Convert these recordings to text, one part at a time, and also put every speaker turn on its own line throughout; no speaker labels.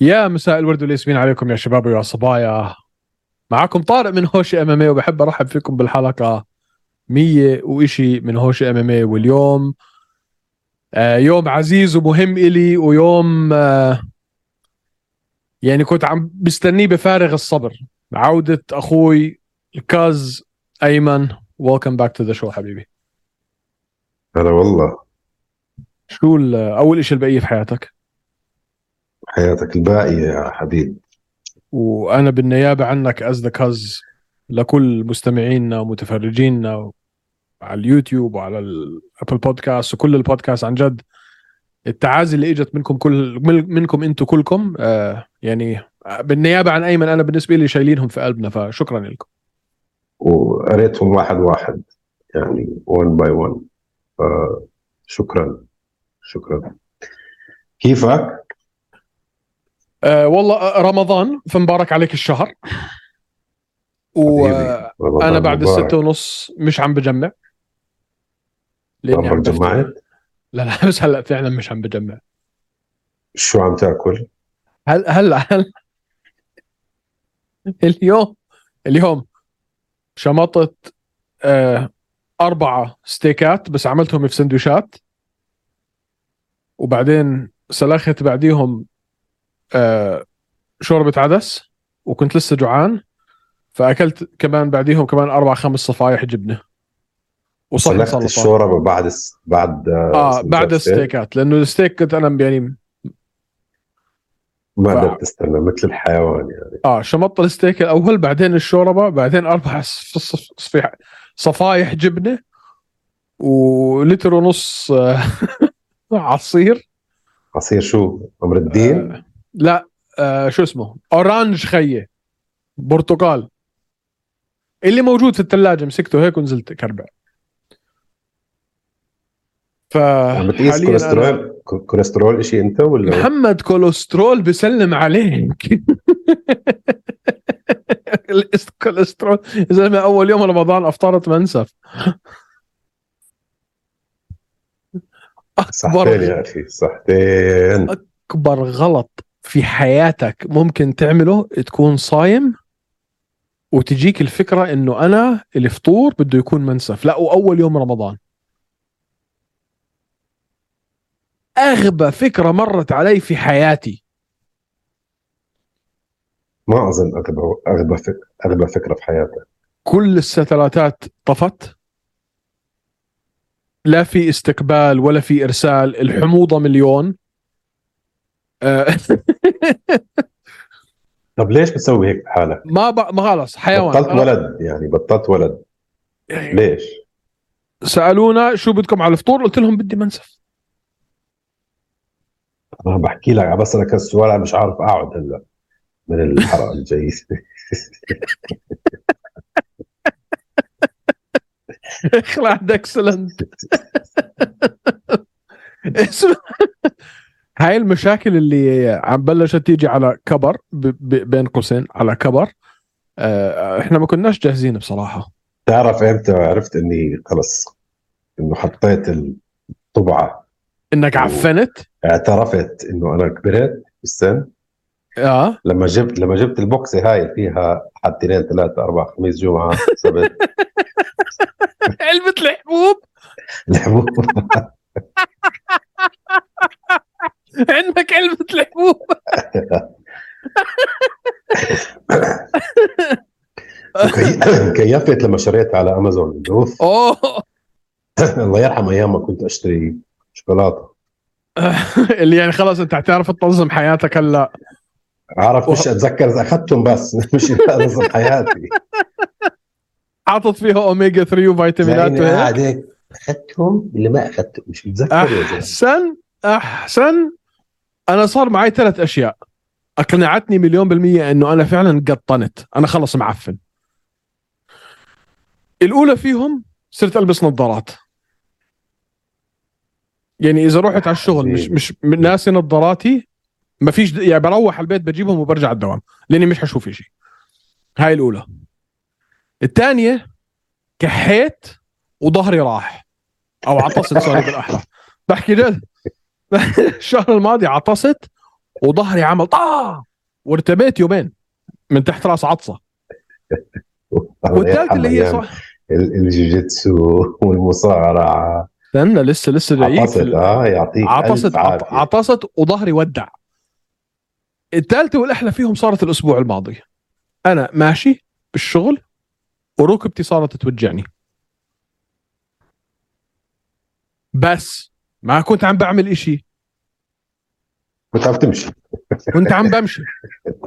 يا مساء الورد والياسمين عليكم يا شباب ويا صبايا معكم طارق من هوش ام ام اي وبحب ارحب فيكم بالحلقه 100 وإشي من هوش ام ام اي واليوم آه، يوم عزيز ومهم إلي ويوم آه، يعني كنت عم بستنيه بفارغ الصبر عودة أخوي الكاز أيمن ويلكم باك تو ذا شو حبيبي
هلا والله
شو ال- أول إشي البقية في حياتك
حياتك الباقية يا حبيب
وأنا بالنيابة عنك أز ذا كاز لكل مستمعينا ومتفرجينا على اليوتيوب وعلى الابل بودكاست وكل البودكاست عن جد التعازي اللي اجت منكم كل من- منكم انتم كلكم آه يعني بالنيابه عن ايمن انا بالنسبه لي شايلينهم في قلبنا فشكرا لكم
وقريتهم واحد واحد يعني one by one فشكرا شكرا كيفك؟
آه والله آه، رمضان فمبارك عليك الشهر وانا
رمضان
بعد
مبارك.
الستة ونص مش عم بجمع لاني عم
عمرك
بفطر.
جمعت؟
لا لا بس هلا فعلا مش عم بجمع
شو عم تاكل؟
هل هلا هل اليوم اليوم شمطت آه أربعة ستيكات بس عملتهم في سندويشات وبعدين سلخت بعديهم آه شوربة عدس وكنت لسه جوعان فأكلت كمان بعديهم كمان أربع خمس صفايح جبنة وصحن
سلخت
سلطة
الشوربه بعد الس... بعد
اه بعد الستيكات لأنه الستيك كنت أنا يعني
ما
بعد.
قدرت تستنى مثل الحيوان يعني
اه شمط الستيك الاول بعدين الشوربه بعدين اربع صف- صف- صفيح صفايح جبنه ولتر ونص آه، عصير
عصير شو؟ امر الدين؟
آه لا آه شو اسمه اورانج خيه برتقال اللي موجود في الثلاجه مسكته هيك ونزلت كربع ف
عم بتقيس
حالياً أنا-
كوليسترول كو- كوليسترول شيء انت ولا
محمد كوليسترول بسلم عليك الكوليسترول يا زلمه اول يوم رمضان افطرت منسف
صحتين
اكبر
يا اخي صحتين
اكبر غلط في حياتك ممكن تعمله تكون صايم وتجيك الفكره انه انا الفطور بده يكون منسف لا واول يوم رمضان اغبى فكره مرت علي في حياتي
ما اظن اغبى اغبى فك... اغبى فكره في حياتك
كل الستلاتات طفت لا في استقبال ولا في ارسال الحموضه مليون آه،
طب ليش بتسوي هيك بحالك؟
ما ب... ما خلص حيوان
بطلت
أنا-
ولد يعني بطلت ولد ليش؟
سالونا شو بدكم على الفطور قلت لهم بدي منسف
انا بحكي لك عم بسالك هالسؤال أنا مش عارف اقعد هلا من الحرق الجاي
اخلع اكسلنت اسمع هاي المشاكل اللي عم بلشت تيجي على كبر ب... ب... بين قوسين على كبر آه، احنا ما كناش جاهزين بصراحه
بتعرف امتى عرفت اني خلص انه حطيت الطبعه
انك عفنت
اعترفت انه انا كبرت بالسن
اه
لما جبت لما جبت البوكسه هاي فيها حد اثنين ثلاثه اربعه خميس جمعه سبت
علبه الحبوب
الحبوب
عندك علبة الحبوب
وكي- كيفت لما شريتها على امازون اوف
اوه
الله يرحم ايام ما كنت اشتري شوكولاته
اللي يعني خلاص انت حتعرف تنظم حياتك هلا
عارف مش اتذكر اذا اخذتهم بس مش انظم حياتي
حاطط فيها اوميجا 3 وفيتامينات
لأني
وهيك.
قاعد هيك اخذتهم اللي ما اخذتهم مش متذكر يا زلمه
احسن احسن انا صار معي ثلاث اشياء اقنعتني مليون بالمية انه انا فعلا قطنت انا خلص معفن الاولى فيهم صرت البس نظارات يعني اذا رحت على الشغل مش مش ناسي نظاراتي ما فيش يعني بروح على البيت بجيبهم وبرجع على الدوام لاني مش حشوف شيء هاي الاولى الثانيه كحيت وظهري راح او عطست سوري بالاحرى بحكي جد الشهر الماضي عطست وظهري عمل طاه وارتبيت يومين من تحت راس عطسه والثالثه اللي هي صح
ال- الجوجيتسو والمصارعه
استنى لسه لسه جايين
عطست
في ال-
اه يعطيك
عطست
عطست
عط- عطست وظهري ودع الثالثه والاحلى فيهم صارت الاسبوع الماضي انا ماشي بالشغل وركبتي صارت توجعني بس ما كنت عم بعمل إشي
بتعرف تمشي
كنت عم بمشي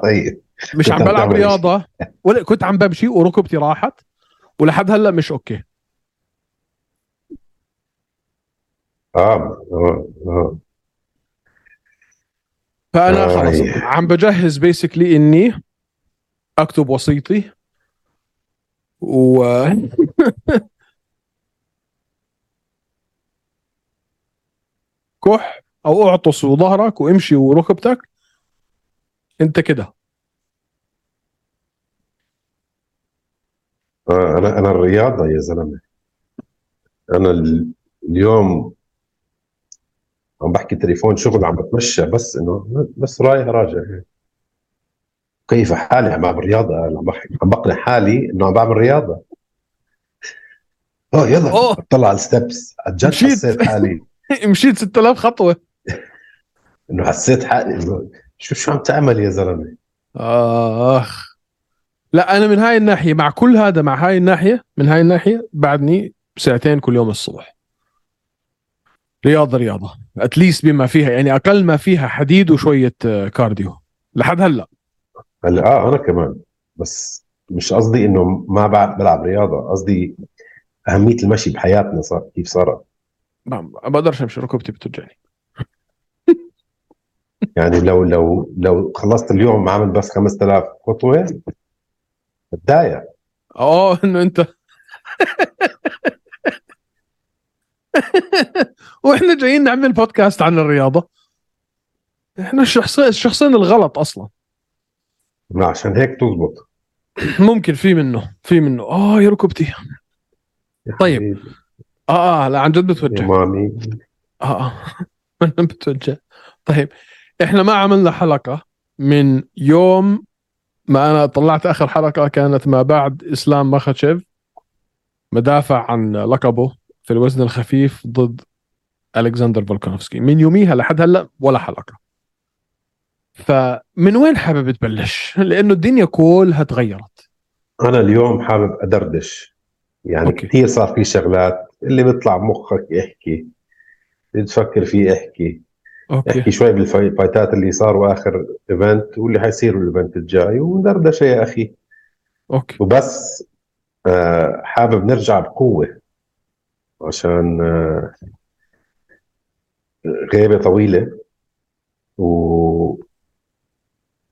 طيب
مش
كنت
عم
عم
بلعب
تعمل إشي.
رياضه ولا كنت عم بمشي وركبتي راحت ولحد هلا مش اوكي
اه آه، آه.
فانا
آه،
خلص
أي.
عم بجهز بيسكلي اني اكتب وصيتي و كح او اعطس وظهرك وامشي وركبتك انت كده
آه، انا انا الرياضه يا زلمه انا ال- اليوم عم بحكي تليفون شغل عم بتمشى بس انه بس رايح راجع كيف حالي عم بعمل رياضه أنا عم بحكي عم بقنع حالي انه عم بعمل رياضه اه يلا
أوه.
بطلع على الستبس عن جد
مشيت.
حسيت حالي
مشيت 6000 خطوه
انه حسيت حالي إنه شو شو عم تعمل يا زلمه
اخ لا انا من هاي الناحيه مع كل هذا مع هاي الناحيه من هاي الناحيه بعدني ساعتين كل يوم الصبح رياضه رياضه اتليست بما فيها يعني اقل ما فيها حديد وشويه آه، كارديو لحد هلا
هلا اه انا كمان بس مش قصدي انه ما بع- بلعب رياضه قصدي اهميه المشي بحياتنا صار كيف صارت
ما ما بقدرش امشي ركبتي بتوجعني
يعني لو لو لو خلصت اليوم عامل بس 5000 خطوه بتضايق
اه انه انت واحنا جايين نعمل بودكاست عن الرياضه احنا الشخصين الشخصين الغلط اصلا
ما عشان هيك تزبط
ممكن في منه في منه اه يا ركبتي
يا
طيب.
حبيبي،
اه اه لا عن جد بتوجع
يعني يا مامي
اه انا بتوجع طيب احنا ما عملنا حلقه من يوم ما انا طلعت اخر حلقه كانت ما بعد اسلام مخاتشيف مدافع عن لقبه في الوزن الخفيف ضد الكسندر فولكانوفسكي من يوميها لحد هلا ولا حلقه فمن وين حابب تبلش لانه الدنيا كلها تغيرت
انا اليوم حابب ادردش يعني
أوكي.
كثير صار في شغلات اللي بيطلع مخك احكي اللي تفكر فيه احكي
اوكي
احكي شوي بالفايتات اللي صاروا اخر ايفنت واللي حيصيروا الايفنت الجاي وندردش يا اخي
اوكي
وبس آه، حابب نرجع بقوة عشان آه، غيبة طويلة و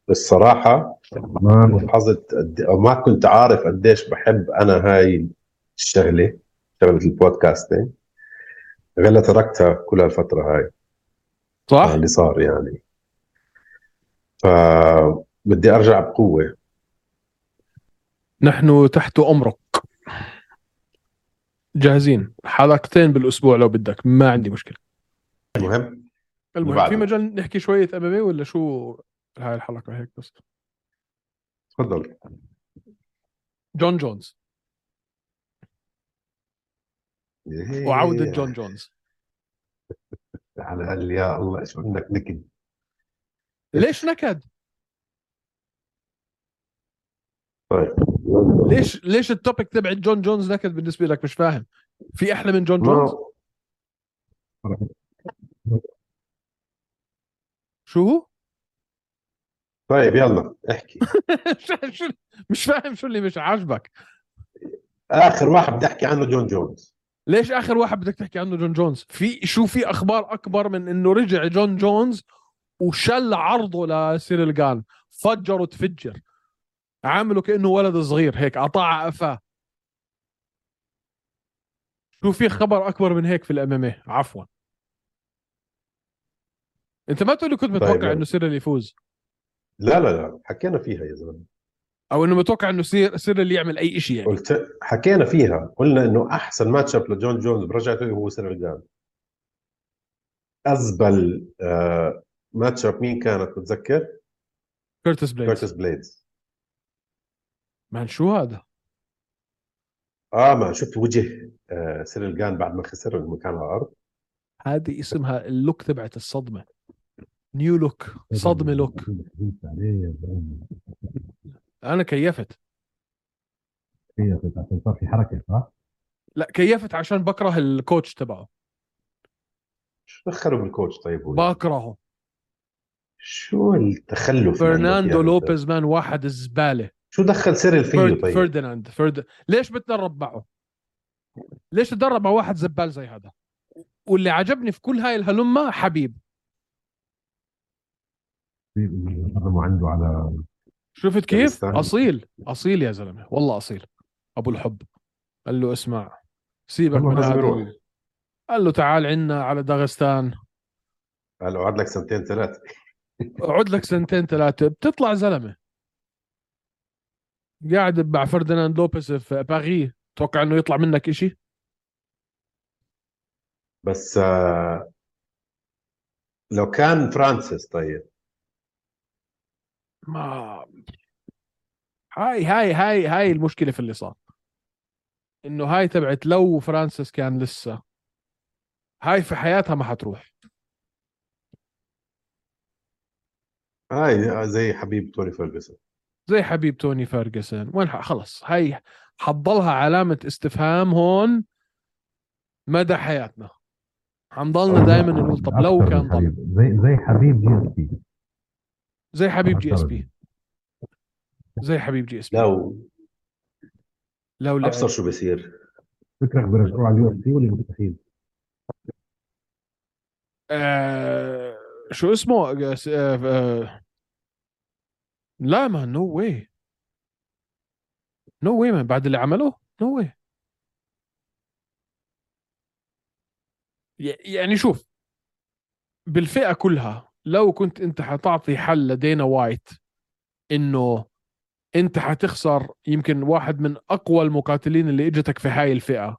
الصراحة ما لاحظت قد- أو ما كنت عارف قديش بحب أنا هاي الشغلة شغلة البودكاستين غير لو تركتها كل هالفترة هاي
صح
اللي صار يعني فبدي أرجع بقوة
نحن تحت أمرك جاهزين حلقتين بالأسبوع لو بدك ما عندي مشكلة
المهم
المهم
بعد.
في مجال نحكي شوية أمامي ولا شو هاي الحلقة هيك بس
تفضل
جون جونز وعودة
إيه.
جون جونز
على قال لي يا الله شو انك نكد
ليش نكد؟
طيب
ليش ليش التوبيك تبع جون جونز نكد بالنسبة لك مش فاهم في أحلى من جون جونز؟
ما
شو هو؟
طيب يلا احكي
شو- شو- مش فاهم شو اللي مش عاجبك
اخر واحد بدي احكي عنه جون جونز
ليش اخر واحد بدك تحكي عنه جون جونز في شو في اخبار اكبر من انه رجع جون جونز وشل عرضه لسيريل جان فجره تفجر عامله كانه ولد صغير هيك قطع قفاه شو في خبر اكبر من هيك في الامامي عفوا انت ما تقول لي كنت
طيب،
متوقع
يلا.
انه سيريل يفوز
لا لا لا حكينا فيها يا زلمه
او انه متوقع انه سير سيريل يعمل اي شيء يعني
قلت حكينا فيها قلنا انه احسن ماتش اب لجون جونز برجعته هو سيرجان ازبل آه ماتش اب مين كانت بتتذكر؟
كيرتس بليدز
كيرتس بليدز
مان شو هذا؟
اه ما شفت وجه آه سيريل جان بعد ما خسر المكان على الارض
هذه اسمها اللوك تبعت الصدمه نيو لوك صدمه لوك انا كيفت
كيفت عشان صار في حركه صح؟
لا كيفت عشان بكره الكوتش تبعه
شو دخلوا بالكوتش طيب هو؟
بكرهه
شو التخلف
فرناندو
يعني؟
لوبيز مان واحد زباله
شو دخل سيريل فيه
فرد
طيب؟
فرديناند فرد ليش بتدرب معه؟ ليش تدرب مع واحد زبال زي هذا؟ واللي عجبني في كل هاي الهلمه حبيب
قربوا عنده على
شفت كيف؟
استعمل.
اصيل اصيل يا زلمه والله اصيل ابو الحب قال له اسمع سيبك
والله
من
لازم
هذا
يروح.
ال- قال له تعال عنا على داغستان
قال قعد لك سنتين ثلاثه
اقعد لك سنتين ثلاثه بتطلع زلمه قاعد مع فرديناند لوبيز في باريس توقع انه يطلع منك إشي
بس آه لو كان فرانسيس طيب
ما هاي هاي هاي هاي المشكله في اللي صار انه هاي تبعت لو فرانسيس كان لسه هاي في حياتها ما حتروح
هاي زي حبيب توني فيرجسون
زي حبيب توني فيرجسون وين ح- خلص هاي حتضلها علامه استفهام هون مدى حياتنا حنضلنا دائما نقول طب لو
أكثر
كان
من
ضل
حبيب. زي زي حبيب جي اس بي أكثر.
زي حبيب جي اس بي زي حبيب جي اس بي
لو
لو لعب
ابصر شو بصير
فكرك بيرجعوه على اليو اس سي ولا مستحيل؟
آه شو اسمه آه س- آه آه لا ما نو واي نو واي مان بعد اللي عمله نو واي يعني شوف بالفئة كلها لو كنت انت حتعطي حل لدينا وايت انه انت حتخسر يمكن واحد من اقوى المقاتلين اللي اجتك في هاي الفئة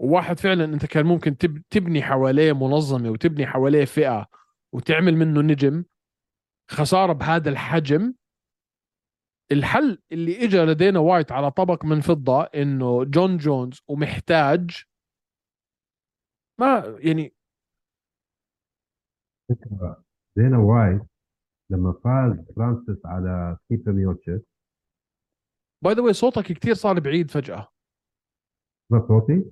وواحد فعلا انت كان ممكن تب- تبني حواليه منظمه وتبني حواليه فئه وتعمل منه نجم خساره بهذا الحجم الحل اللي اجى لدينا وايت على طبق من فضه انه جون جونز ومحتاج ما يعني
فكرة دينا وايت لما فاز فرانسيس على كيتا ميوتشيس
باي ذا صوتك كتير صار بعيد فجاه
ما صوتي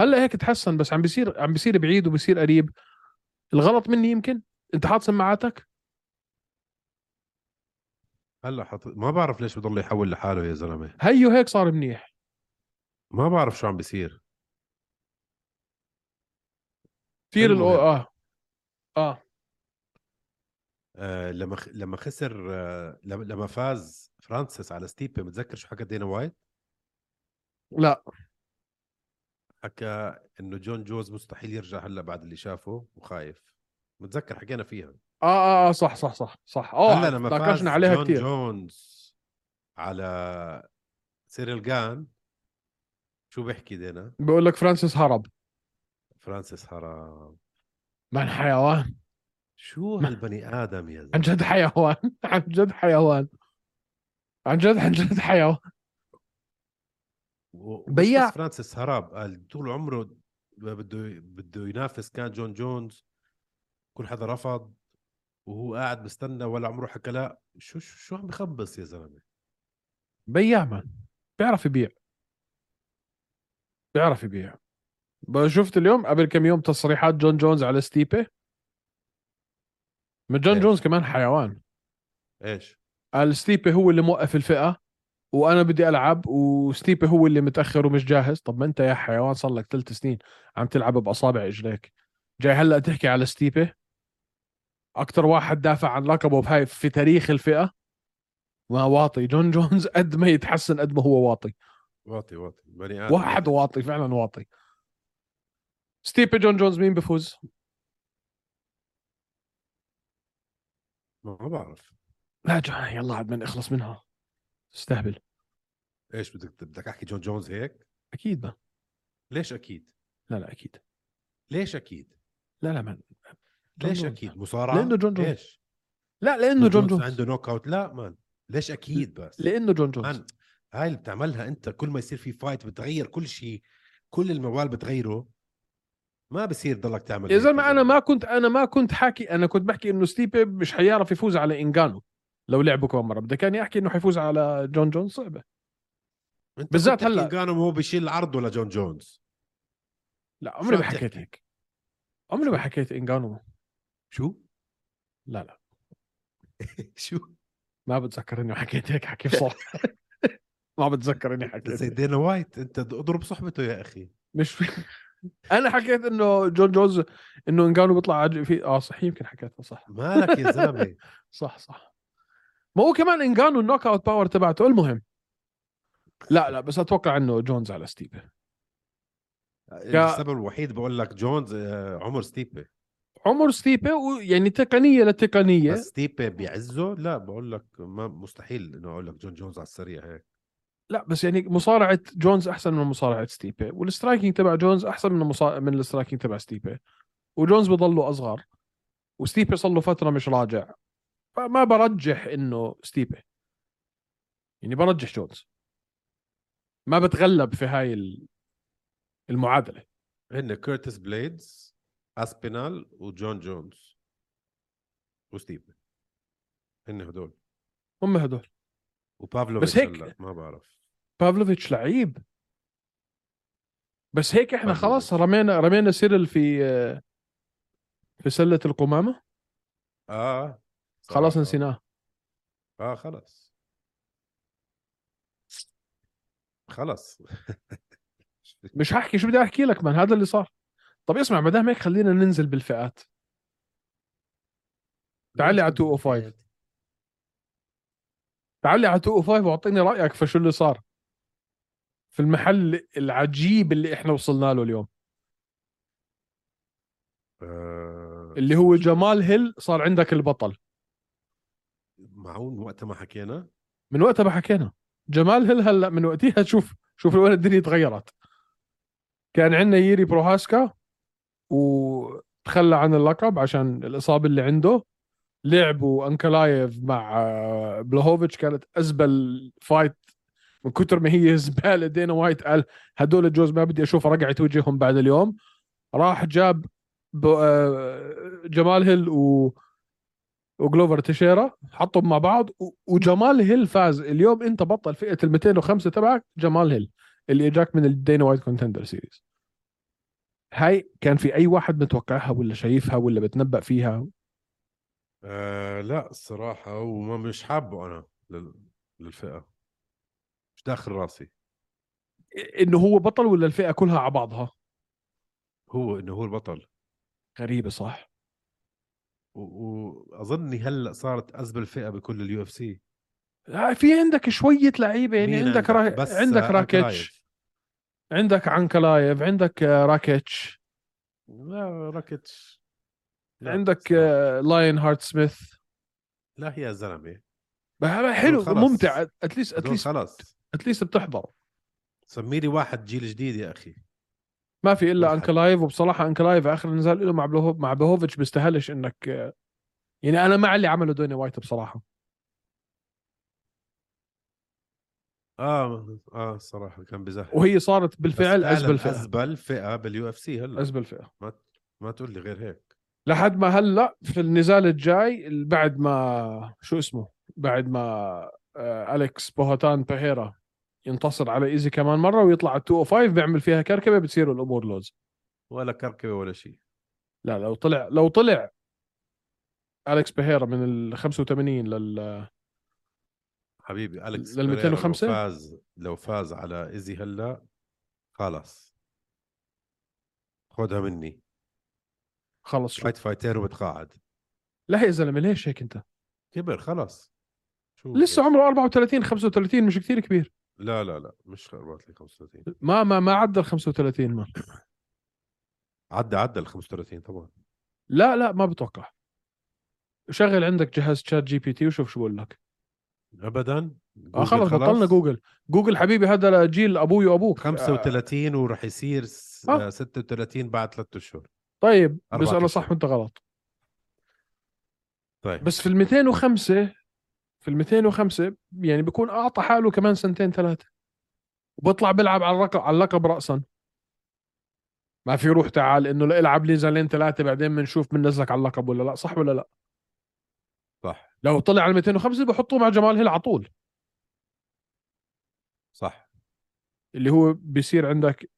هلا هيك تحسن بس عم بيصير عم بيصير بعيد وبيصير قريب الغلط مني يمكن انت حاط سماعاتك
هلا حط... ما بعرف ليش بضل يحول لحاله يا زلمه
هيو هيك صار منيح
ما بعرف شو عم بيصير
كثير الأو...
المهم.
اه اه
آه لما خ... لما خسر آه لما- لما فاز فرانسيس على ستيبي متذكر شو حكى دينا وايت؟
لا
حكى انه جون جوز مستحيل يرجع هلا بعد اللي شافه وخايف متذكر حكينا فيها
اه اه اه صح صح صح صح اه
هلا لما فاز
تناقشنا عليها
جون
كثير
جونز على سيريل جان شو بيحكي دينا
بقول لك فرانسيس هرب
فرانسيس هرم
من حيوان
شو
ما-
هالبني ادم يا
عن
زلمه
جد حيوان عن جد حيوان عن جد عن جد حيوان
و-
بياع.
بس فرانسيس هرب قال طول عمره بده بده ينافس كان جون جونز كل حدا رفض وهو قاعد بستنى ولا عمره حكى لا شو شو, شو عم بخبص يا زلمه
بياع من بيعرف يبيع بيعرف يبيع بقى شفت اليوم قبل كم يوم تصريحات جون جونز على ستيبي من جون
إيه.
جونز كمان حيوان
ايش
قال ستيبي هو اللي موقف الفئه وانا بدي العب وستيبي هو اللي متاخر ومش جاهز طب ما انت يا حيوان صار لك ثلاث سنين عم تلعب باصابع رجليك جاي هلا تحكي على ستيبي اكثر واحد دافع عن لقبه بهاي في تاريخ الفئه ما واطي جون جونز قد ما يتحسن قد ما هو واطي
واطي واطي بني ادم
واحد واطي فعلا واطي ستيبي جون جونز مين بفوز
ما ما بعرف
لا جون يلا عاد من اخلص منها استهبل
ايش بدك بدك احكي جون جونز هيك
اكيد ما
ليش اكيد
لا لا اكيد
ليش اكيد
لا لا من
ليش
جون
اكيد مصارعه
لانه جون جونز.
ليش
لا لانه جون
جونز
جونز
عنده نوك اوت لا مان ليش اكيد بس
لانه جون جونز
مان هاي اللي بتعملها انت كل ما يصير في فايت بتغير كل شيء كل الموال بتغيره ما بصير ضلك تعمل
يا
هيك
زلمه انا
يعني.
ما كنت انا ما كنت حاكي انا كنت بحكي انه ستيبي مش حيعرف يفوز على انجانو لو لعبوا كمان مره بدي كان يحكي انه حيفوز على جون جونز صعبه
أنت
بالذات
كنت تحكي
هلا.
كانوا هو بيشيل عرضه لجون جونز
لا عمري
شو
ما
عم
حكيت
تحكي؟
هيك عمري ما حكيت انجانو
شو
لا لا
شو
ما بتذكر اني حكيت هيك حكي صح ما بتذكر اني حكيت
زي
هيك.
دينا وايت انت اضرب صحبته يا اخي
مش في... انا حكيت انه جون جونز انه انجانو بيطلع عج- في اه صح يمكن حكيتها صح
مالك يا زلمه
صح صح ما هو كمان انجانو النوك اوت باور تبعته المهم لا لا بس اتوقع انه جونز على ستيبي
آه، السبب الوحيد بقول لك جونز آه، عمر ستيبي
عمر ستيبي يعني تقنيه لتقنيه
بس ستيبي بيعزه لا بقول لك ما مستحيل انه اقول لك جون جونز على السريع هيك
لا بس يعني مصارعه جونز احسن من مصارعه ستيبي والسترايكنج تبع جونز احسن من المصا... من السترايكنج تبع ستيبي وجونز بضله اصغر وستيبي صار له فتره مش راجع فما برجح انه ستيبي يعني برجح جونز ما بتغلب في هاي ال- المعادله
هن كيرتس بليدز اسبينال وجون جونز وستيبي هن هدول
هم هدول
وبافلو
بس هيك-
ما بعرف
بافلوفيتش لعيب بس هيك احنا
بافلوفيتش.
خلاص رمينا رمينا سيرل في في سله القمامه
اه
خلاص
صراحة.
نسيناه
اه خلاص خلاص
مش هحكي شو بدي احكي لك من هذا اللي صار طب اسمع ما دام هيك خلينا ننزل بالفئات تعالي على 205 تعالي على 205 واعطيني رايك في شو اللي صار في المحل العجيب اللي احنا وصلنا له اليوم
آه،
اللي هو جمال هيل صار عندك البطل
معون وقت ما حكينا
من وقتها ما حكينا جمال هيل هلا من وقتها شوف شوف وين الدنيا تغيرت كان عندنا ييري بروهاسكا وتخلى عن اللقب عشان الاصابه اللي عنده لعبوا انكلايف مع آه، بلوهوفيتش كانت ازبل فايت من كتر ما هي زباله دينا وايت قال هدول جوز ما بدي اشوف رقعه وجههم بعد اليوم راح جاب ب- آه، جمال هيل و وجلوفر تشيرا حطهم مع بعض و- وجمال هيل فاز اليوم انت بطل فئه ال 205 تبعك جمال هيل اللي اجاك من الدينا وايت كونتندر سيريز هاي كان في اي واحد متوقعها ولا شايفها ولا بتنبأ فيها
آه لا الصراحة وما مش حابه أنا لل... للفئة مش داخل راسي
انه هو بطل ولا الفئه كلها على بعضها
هو إنه هو البطل
غريبه صح
و- وأظني هلأ صارت أزبل فئة بكل اليو اف سي
لا، آه، في عندك شويه لعيبه يعني عندك را... عندك
آه،
راكيتش عندك عنكلايف عندك آه، راكيتش
لا راكيتش لا،
عندك
صراحة.
آه، لاين هارت سميث آه،
لا يا زلمة
حلو
خلص.
ممتع اتليست
هدول
اتليست
خلاص
اتليست بتحضر
سمي لي واحد جيل جديد يا أخي
ما في الا
واحد.
انكلايف وبصراحه انكلايف اخر نزال له مع بلوهو مع بلوهوفيتش بيستاهلش انك آه، يعني انا مع اللي عمله دوني وايت بصراحه
آه آه الصراحة كان بزهق
وهي صارت بالفعل
بس فعلاً
ازبل فئه
أزبل فئة باليو اف سي هلأ
ازبل فئه
ما تقول لي غير هيك
لحد ما هلا في النزال الجاي ال- بعد ما شو اسمه بعد ما آه، اليكس بوهاتان بهيرا ينتصر على ايزي كمان مره ويطلع على 205 بيعمل فيها كركبه بتصير الامور لوز
ولا كركبة ولا شيء
لا لو طلع لو طلع اليكس بهيرا من ال 85 لل
حبيبي اليكس
لل
بيريرا
205
لو فاز لو فاز على ايزي هلا خلص خدها مني
خلص شو
فايت فايتير وبتقاعد
لا يا زلمه ليش هيك انت
كبر خلص شو
لسه عمره 34 35 مش كثير كبير
لا لا لا مش 35
ما ما ما عدى ال 35 ما
عدى عدى ال 35 طبعا
لا لا ما بتوقع شغل عندك جهاز شات جي بي تي وشوف شو بقول لك
ابدا
اه
جوجل
خلص بطلنا جوجل جوجل حبيبي هذا جيل آه، ابوي وابوك
35 وراح يصير س-
آه.
36 بعد ثلاث اشهر
طيب
أربعة
بس انا
أشهر.
صح وانت غلط
طيب
بس في ال 205 في ال 205 يعني بيكون اعطى حاله كمان سنتين ثلاثه وبطلع بيلعب على اللقب على اللقب راسا ما في روح تعال انه لا العب لي زلين ثلاثه بعدين بنشوف بننزلك على اللقب ولا لا صح ولا لا
صح
لو طلع على 205 بحطوه مع جمال هيل على طول
صح
اللي هو بيصير عندك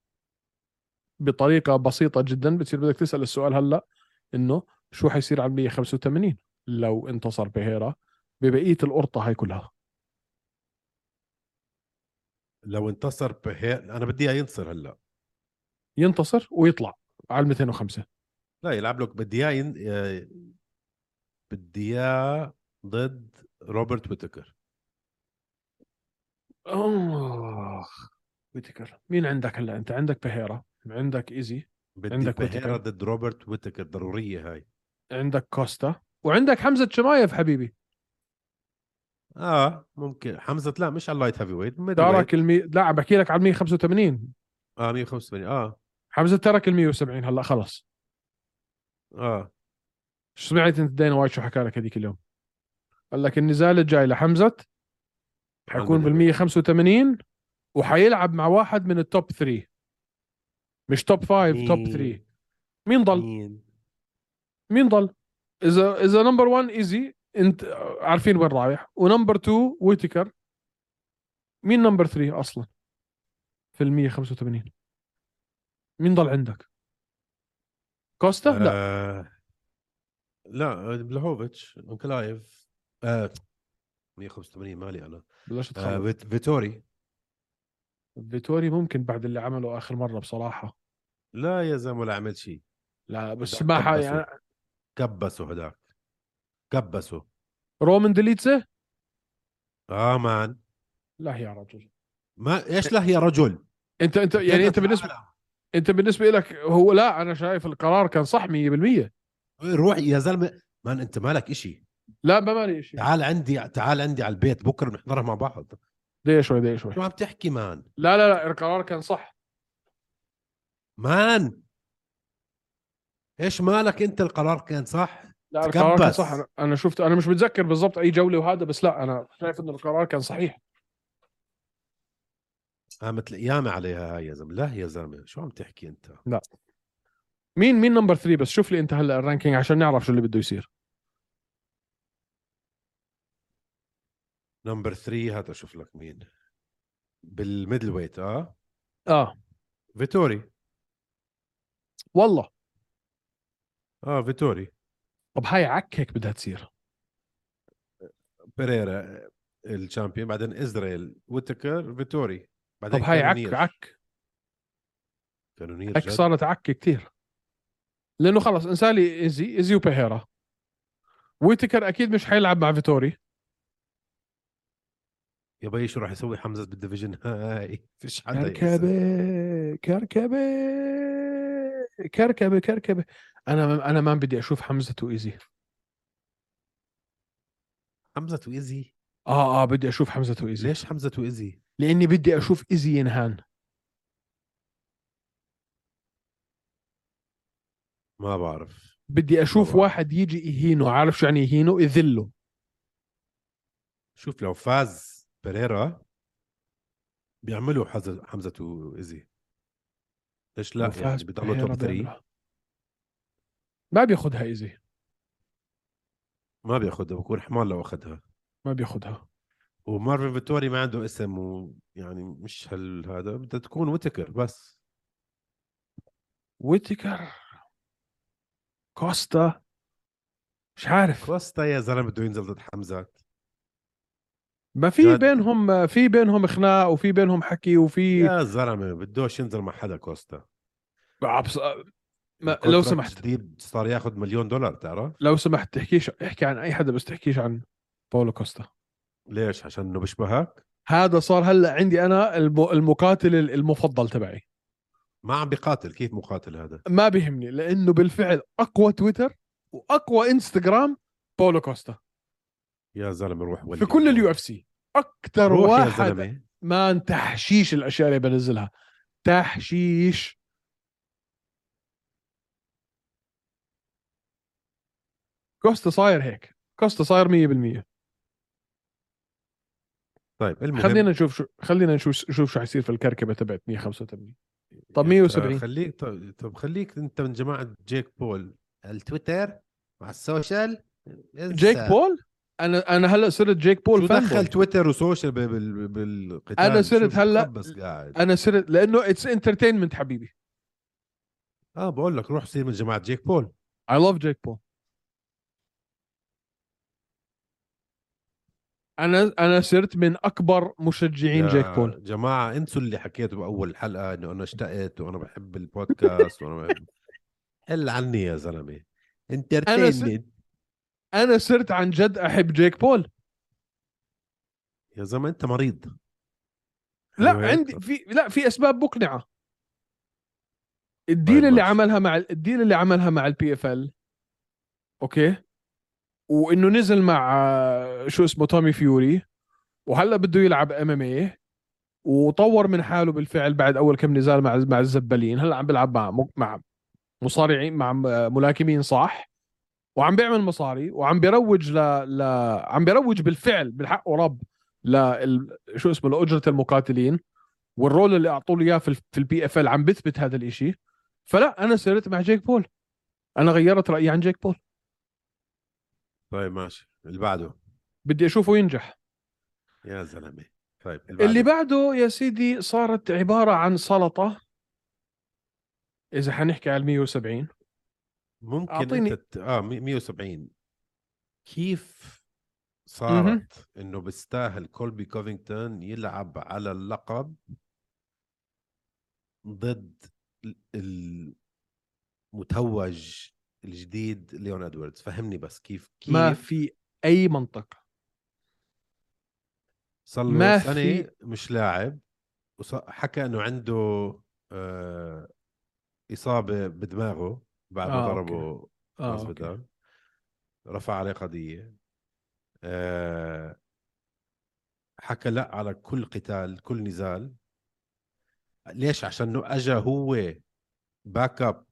بطريقه بسيطه جدا بتصير بدك تسال السؤال هلا انه شو حيصير على 185 لو انتصر بهيرا ببقيه القرطه هاي كلها
لو انتصر بهي... انا بدي اياه ينتصر هلا
ينتصر ويطلع على 205
لا يلعب لك بدي اياه ين... آه، بدي اياه ضد روبرت ويتكر
اخ ويتكر مين عندك هلا انت عندك بهيرا عندك ايزي
بدي
عندك
عندك بهيرا
ويتكر.
ضد روبرت ويتكر ضروريه هاي
عندك كوستا وعندك حمزه شمايف حبيبي
اه ممكن حمزه لا مش على اللايت هيفي ويت ميدل ويت.
ترك المي... لا بحكي لك على 185
اه 185 اه
حمزه ترك ال 170 هلا خلص
اه
شو سمعت انت داين وايت شو حكى لك هذيك اليوم قال لك النزال الجاي لحمزه حيكون
عندنا
بال 185 وحيلعب مع واحد من التوب 3 مش توب 5 توب 3 مين طيب، ضل
مين؟
مين ضل؟ اذا اذا نمبر 1 ايزي انت عارفين وين رايح ونمبر 2 ويتكر مين نمبر 3 اصلا؟ في ال 185 مين ضل عندك؟ كوستا؟ لا
آه لا بلهوفيتش انكلايف آه 185 مالي انا
بلاش
آه
تخلص
فيت- فيتوري
فيتوري ممكن بعد اللي عمله اخر مره بصراحه
لا يا زلمه ولا عمل شيء
لا بس
بدك
ما حا-
تكبسه.
يعني
كبسوا هداك كبسوا
رومان ديليتسه؟
اه مان
لا يا رجل
ما ايش له يا رجل
انت انت يعني انت
كبس
بالنسبه
العالم.
انت بالنسبه لك هو لا انا شايف القرار كان صح 100%
روح يا زلمه مان انت مالك إشي
لا ما مالي شيء
تعال عندي تعال عندي على البيت بكره بنحضرها مع بعض
دقيقه شوي دقيقه شوي
شو عم تحكي مان
لا لا لا القرار كان صح
مان ايش مالك انت القرار كان صح
لا القرار كان
تكبس.
صح أنا- انا شفت انا مش متذكر بالضبط اي جوله وهذا بس لا انا شايف انه القرار كان صحيح
قامت القيامة عليها هاي يا زلمة لا يا زلمة شو عم تحكي انت
مين مين نمبر 3 بس شوف لي انت هلا الرانكينج عشان نعرف شو اللي بده يصير
نمبر 3 هات اشوف لك مين بالميدل ويت اه
اه
فيتوري
والله
اه فيتوري
طب هاي عك هيك بدها تصير
بيريرا آه، الشامبيون بعدين ازرائيل ويتكر فيتوري
طب
بعدين
هاي عك
كانونير.
عك
كانونير
عك
جد.
صارت عك كثير لانه خلص انسى لي ايزي ايزي وبيهيرا ويتكر اكيد مش حيلعب مع فيتوري
يا بي شو راح يسوي حمزة بالديفيجن هاي فيش حدا يأسى.
كركبه كركبه كركبه كركبه انا ما انا ما بدي اشوف حمزه وايزي
حمزة وايزي
اه اه بدي اشوف حمزه وايزي
ليش حمزة وايزي
لاني بدي اشوف ايزي ينهان
ما بعرف
بدي اشوف
طبعاً.
واحد يجي يهينه عارف شو يعني يهينه يذله
شوف لو فاز بيريرا بيعملوا حمزة حمزة وايزي ليش لا يعني
وفاز
بيضلوا
بحيرة
توب 3
بيعملها. ما بياخذها ايزي
ما بياخذها بكون حمار لو اخذها
ما بياخذها
ومارفن فيتوري ما عنده اسم ويعني مش هال هذا بدها تكون وتكر بس
ويتكر كوستا مش عارف
كوستا يا زلمه بده ينزل ضد حمزه
ما في
جد.
بينهم في بينهم خناق وفي بينهم حكي وفي
يا زلمه بدوش ينزل مع حدا كوستا
عبص- ما
الكونتراكت
لو سمحت
جديد صار ياخذ مليون دولار تعرف
لو سمحت تحكيش احكي عن اي حدا بس تحكيش عن باولو كوستا
ليش عشان انه بيشبهك
هذا صار هلا عندي انا الم- المقاتل المفضل تبعي
ما عم بيقاتل كيف مقاتل هذا
ما بيهمني لانه بالفعل اقوى تويتر واقوى انستغرام باولو كوستا
يا زلمه روح ولي
في كل اليو اف سي اكثر
روح يا
واحد
زلمه
مان تحشيش الاشياء اللي بنزلها تحشيش كوستا صاير هيك كوستا صاير 100%
طيب المهم
خلينا نشوف شو خلينا نشوف شوف شو حيصير في الكركبه تبعت 185 طب
أنت
170.
يعني خليك طب, طب خليك انت من جماعه جيك بول
التويتر مع السوشيال انسى.
جيك بول انا انا هلا صرت جيك بول
شو
فان بوي.
دخل تويتر وسوشيال بال- بال- بالقتال
أنا
شو
صرت هلأ-
بس قاعد
انا صرت لانه اتس انترتينمنت حبيبي
اه بقول لك روح صير من جماعه جيك بول
اي لاف جيك بول انا انا صرت من اكبر مشجعين
يا
جيك بول
جماعه انسوا اللي حكيته باول حلقه انه انا اشتقت وانا بحب البودكاست وانا بحب حل عني يا زلمه انترتينمنت
انا صرت عن جد احب جيك بول
يا زلمه انت مريض
لا
أيوة.
عندي في لا في اسباب مقنعه الديل
طيب
اللي
ماشي.
عملها مع الديل اللي عملها مع البي اف ال اوكي وانه نزل مع آه، شو اسمه تومي فيوري وهلا بده يلعب ام ام اي وطور من حاله بالفعل بعد اول كم نزال مع مع الزبالين هلا عم بيلعب مع مع مصارعين مع آه، ملاكمين صح وعم بيعمل مصاري وعم بيروج ل, ل... عم بيروج بالفعل بالحق ورب لل شو اسمه لاجره المقاتلين والرول اللي اعطوا له اياه في ال- في البي اف ال عم بثبت هذا الاشي فلا انا صرت مع جيك بول انا غيرت رايي عن جيك بول
طيب ماشي اللي بعده
بدي اشوفه ينجح
يا زلمه طيب
اللي بعده يا سيدي صارت عباره عن سلطه اذا حنحكي على ال 170
ممكن
أعطيني-
انت ت- اه مي- 170 كيف صارت انه بيستاهل كولبي كوفينغتون يلعب على اللقب ضد ال- المتوج الجديد ليون ادواردز فهمني بس كيف كيف
ما في اي منطق
صار له
ما
سنة
في-
مش لاعب وحكى انه عنده آه اصابه بدماغه بعد ما
آه، أوكي.
ضربه
آه، أوكي.
هوسبيتال رفع عليه قضية آه، حكى لا على كل قتال كل نزال ليش عشان انه اجى هو باك اب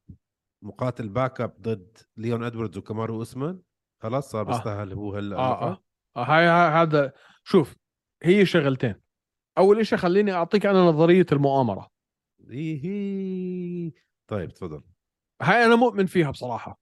مقاتل باك اب ضد ليون ادواردز وكمارو اسمان خلاص صار
آه.
بيستاهل هو هلا
اه
اللقب.
اه آه، هاي هاي- هذا شوف هي شغلتين اول شيء خليني اعطيك انا نظريه المؤامره
إيه إيه. طيب تفضل
هاي انا مؤمن فيها بصراحه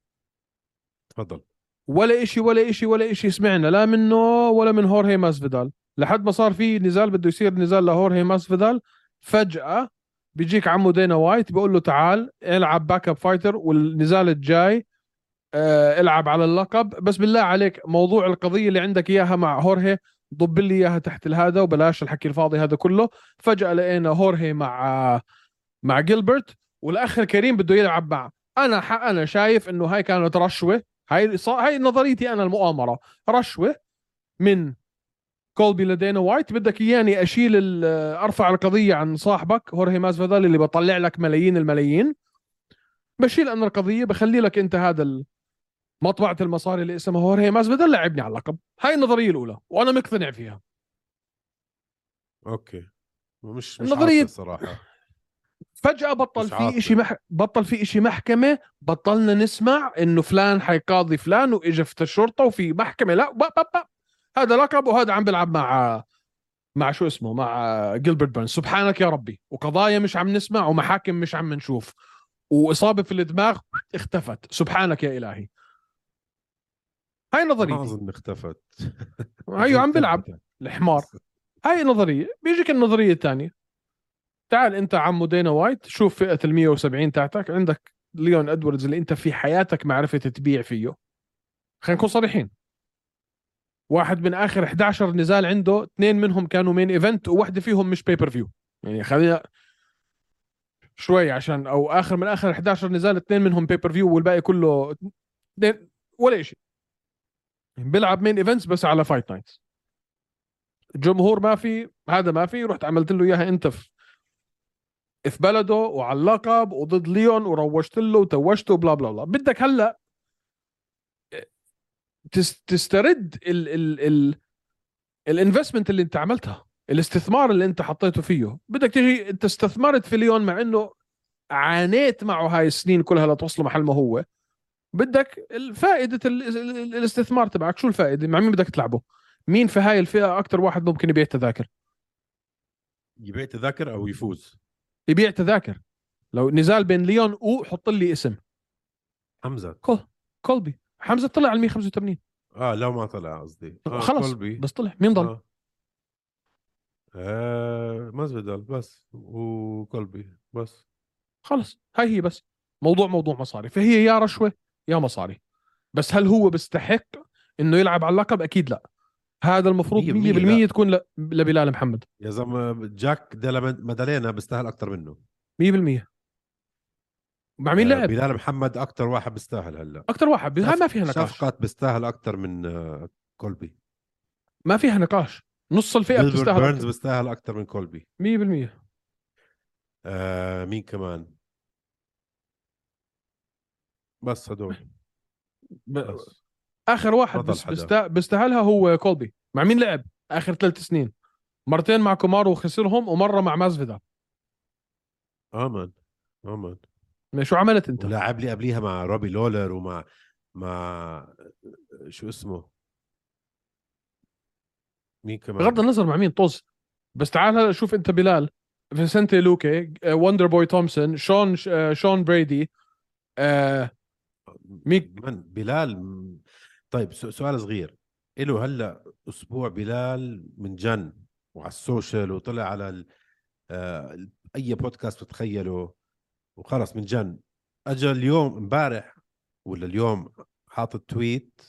تفضل
ولا إشي ولا إشي ولا إشي سمعنا لا منه ولا من هورهي ماسفيدال لحد ما صار في نزال بده يصير نزال لهورهي ماسفيدال فجأة بيجيك عمو دينا وايت بيقول له تعال العب باك اب فايتر والنزال الجاي آه، العب على اللقب بس بالله عليك موضوع القضية اللي عندك إياها مع هورهي ضب لي إياها تحت الهذا وبلاش الحكي الفاضي هذا كله فجأة لقينا هورهي مع مع جيلبرت والأخ الكريم بده يلعب مع أنا ح- أنا شايف إنه هاي كانت رشوة هاي ص- هاي نظريتي انا المؤامره رشوه من كولبي لدينا وايت بدك اياني اشيل ال- ارفع القضيه عن صاحبك هورهي ماسفيدال اللي بطلع لك ملايين الملايين بشيل انا القضيه بخلي لك انت هذا ال- مطبعة المصاري اللي اسمها هورهي ماسفيدال لعبني على اللقب هاي النظريه الاولى وانا مقتنع فيها
اوكي مش مش
النظرية-
عاطل صراحه
فجأة بطل
مش عاطل.
في شيء مح... بطل في شيء محكمة بطلنا نسمع انه فلان حيقاضي فلان واجا في الشرطة وفي محكمة لا با با با. هذا لقب وهذا عم بيلعب مع مع شو اسمه مع جilbert بيرنز سبحانك يا ربي وقضايا مش عم نسمع ومحاكم مش عم نشوف وإصابة في الدماغ اختفت سبحانك يا إلهي هاي
ما
نظريتي
اظن اختفت
هيو أيوة، عم بيلعب الحمار هاي نظريه بيجيك النظريه الثانيه تعال انت عمو دينا وايت شوف فئه ال 170 تاعتك عندك ليون ادواردز اللي انت في حياتك ما عرفت تبيع فيه خلينا نكون صريحين واحد من اخر 11 نزال عنده اثنين منهم كانوا مين ايفنت وواحده فيهم مش بيبر فيو يعني خلينا شوي عشان او اخر من اخر 11 نزال اثنين منهم بيبر فيو والباقي كله اثنين- ولا شيء بيلعب مين ايفنتس بس على فايت نايتس جمهور ما في هذا ما في رحت عملت له اياها انت في في بلده وعلى اللقب وضد ليون وروجت له وتوجته وبلا بلا بلا بدك هلا تس- تسترد ال ال ال الانفستمنت اللي انت عملتها الاستثمار اللي انت حطيته فيه بدك تيجي انت استثمرت في ليون مع انه عانيت معه هاي السنين كلها لتوصله محل ما هو بدك فائده ال- ال- ال- الاستثمار تبعك شو الفائده مع مين بدك تلعبه مين في هاي الفئه اكثر واحد ممكن يبيع تذاكر
يبيع تذاكر او يفوز
يبيع تذاكر لو نزال بين ليون وحط لي اسم
حمزه
كولبي حمزه طلع على 185
اه لو ما طلع قصدي آه
خلص،
كولبي.
بس طلع مين ضل
آه. آه مازفيدال بس وكولبي بس
خلص هاي هي بس موضوع موضوع مصاري فهي يا رشوه يا مصاري بس هل هو بيستحق انه يلعب على اللقب اكيد لا هذا المفروض 100%
مية بالمية لا.
تكون ل- لبلال محمد
يا زلمه جاك ديلا مادالينا بيستاهل اكثر منه
100% مع مين
آه،
لعب؟
بلال محمد اكثر واحد بيستاهل هلا
اكثر واحد هاي ما فيها نقاش
شفقات بيستاهل اكثر من آه، كولبي
ما فيها نقاش نص الفئه
بيلبرت
بتستاهل
بيرنز بيستاهل اكثر من كولبي
100%
آه مين كمان بس هدول
ب...
بس
اخر واحد
بطل
بس
حدا.
بستا... بستاهلها هو كولبي مع مين لعب؟ اخر ثلاث سنين مرتين مع كومارو وخسرهم ومره مع مازفيدال
امان امان
شو عملت انت؟
ولعب لي قبليها مع روبي لولر ومع مع آه، شو اسمه مين كمان
بغض النظر مع مين طز بس تعال هلا شوف انت بلال فيسنتي لوكي آه، وندر بوي تومسون شون آه، شون بريدي آه، مين-
من بلال م- طيب سو- سؤال صغير له هلا اسبوع بلال من جن وعلى السوشيال وطلع على ال... آه، ال- اي بودكاست بتتخيله وخلص من جن اجى اليوم امبارح ولا اليوم حاطط تويت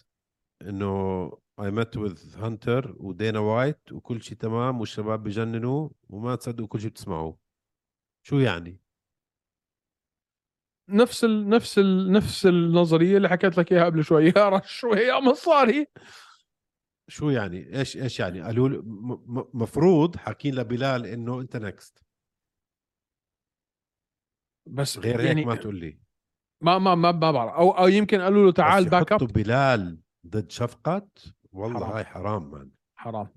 انه اي مت وذ هانتر ودينا وايت وكل شيء تمام والشباب بجننوا وما تصدقوا كل شيء بتسمعوه شو يعني؟
نفس ال نفس ال نفس النظريه اللي حكيت لك اياها قبل شوي يا رشوه يا مصاري
شو يعني ايش ايش يعني قالوا له- م- م- مفروض حاكين لبلال انه انت نكست
بس
غير هيك
يعني
ما تقول لي
ما ما ما, ما بعرف او او يمكن قالوا له تعال
بس
باك
يحطوا
اب
بلال ضد شفقت والله
حرام.
هاي حرام مان
حرام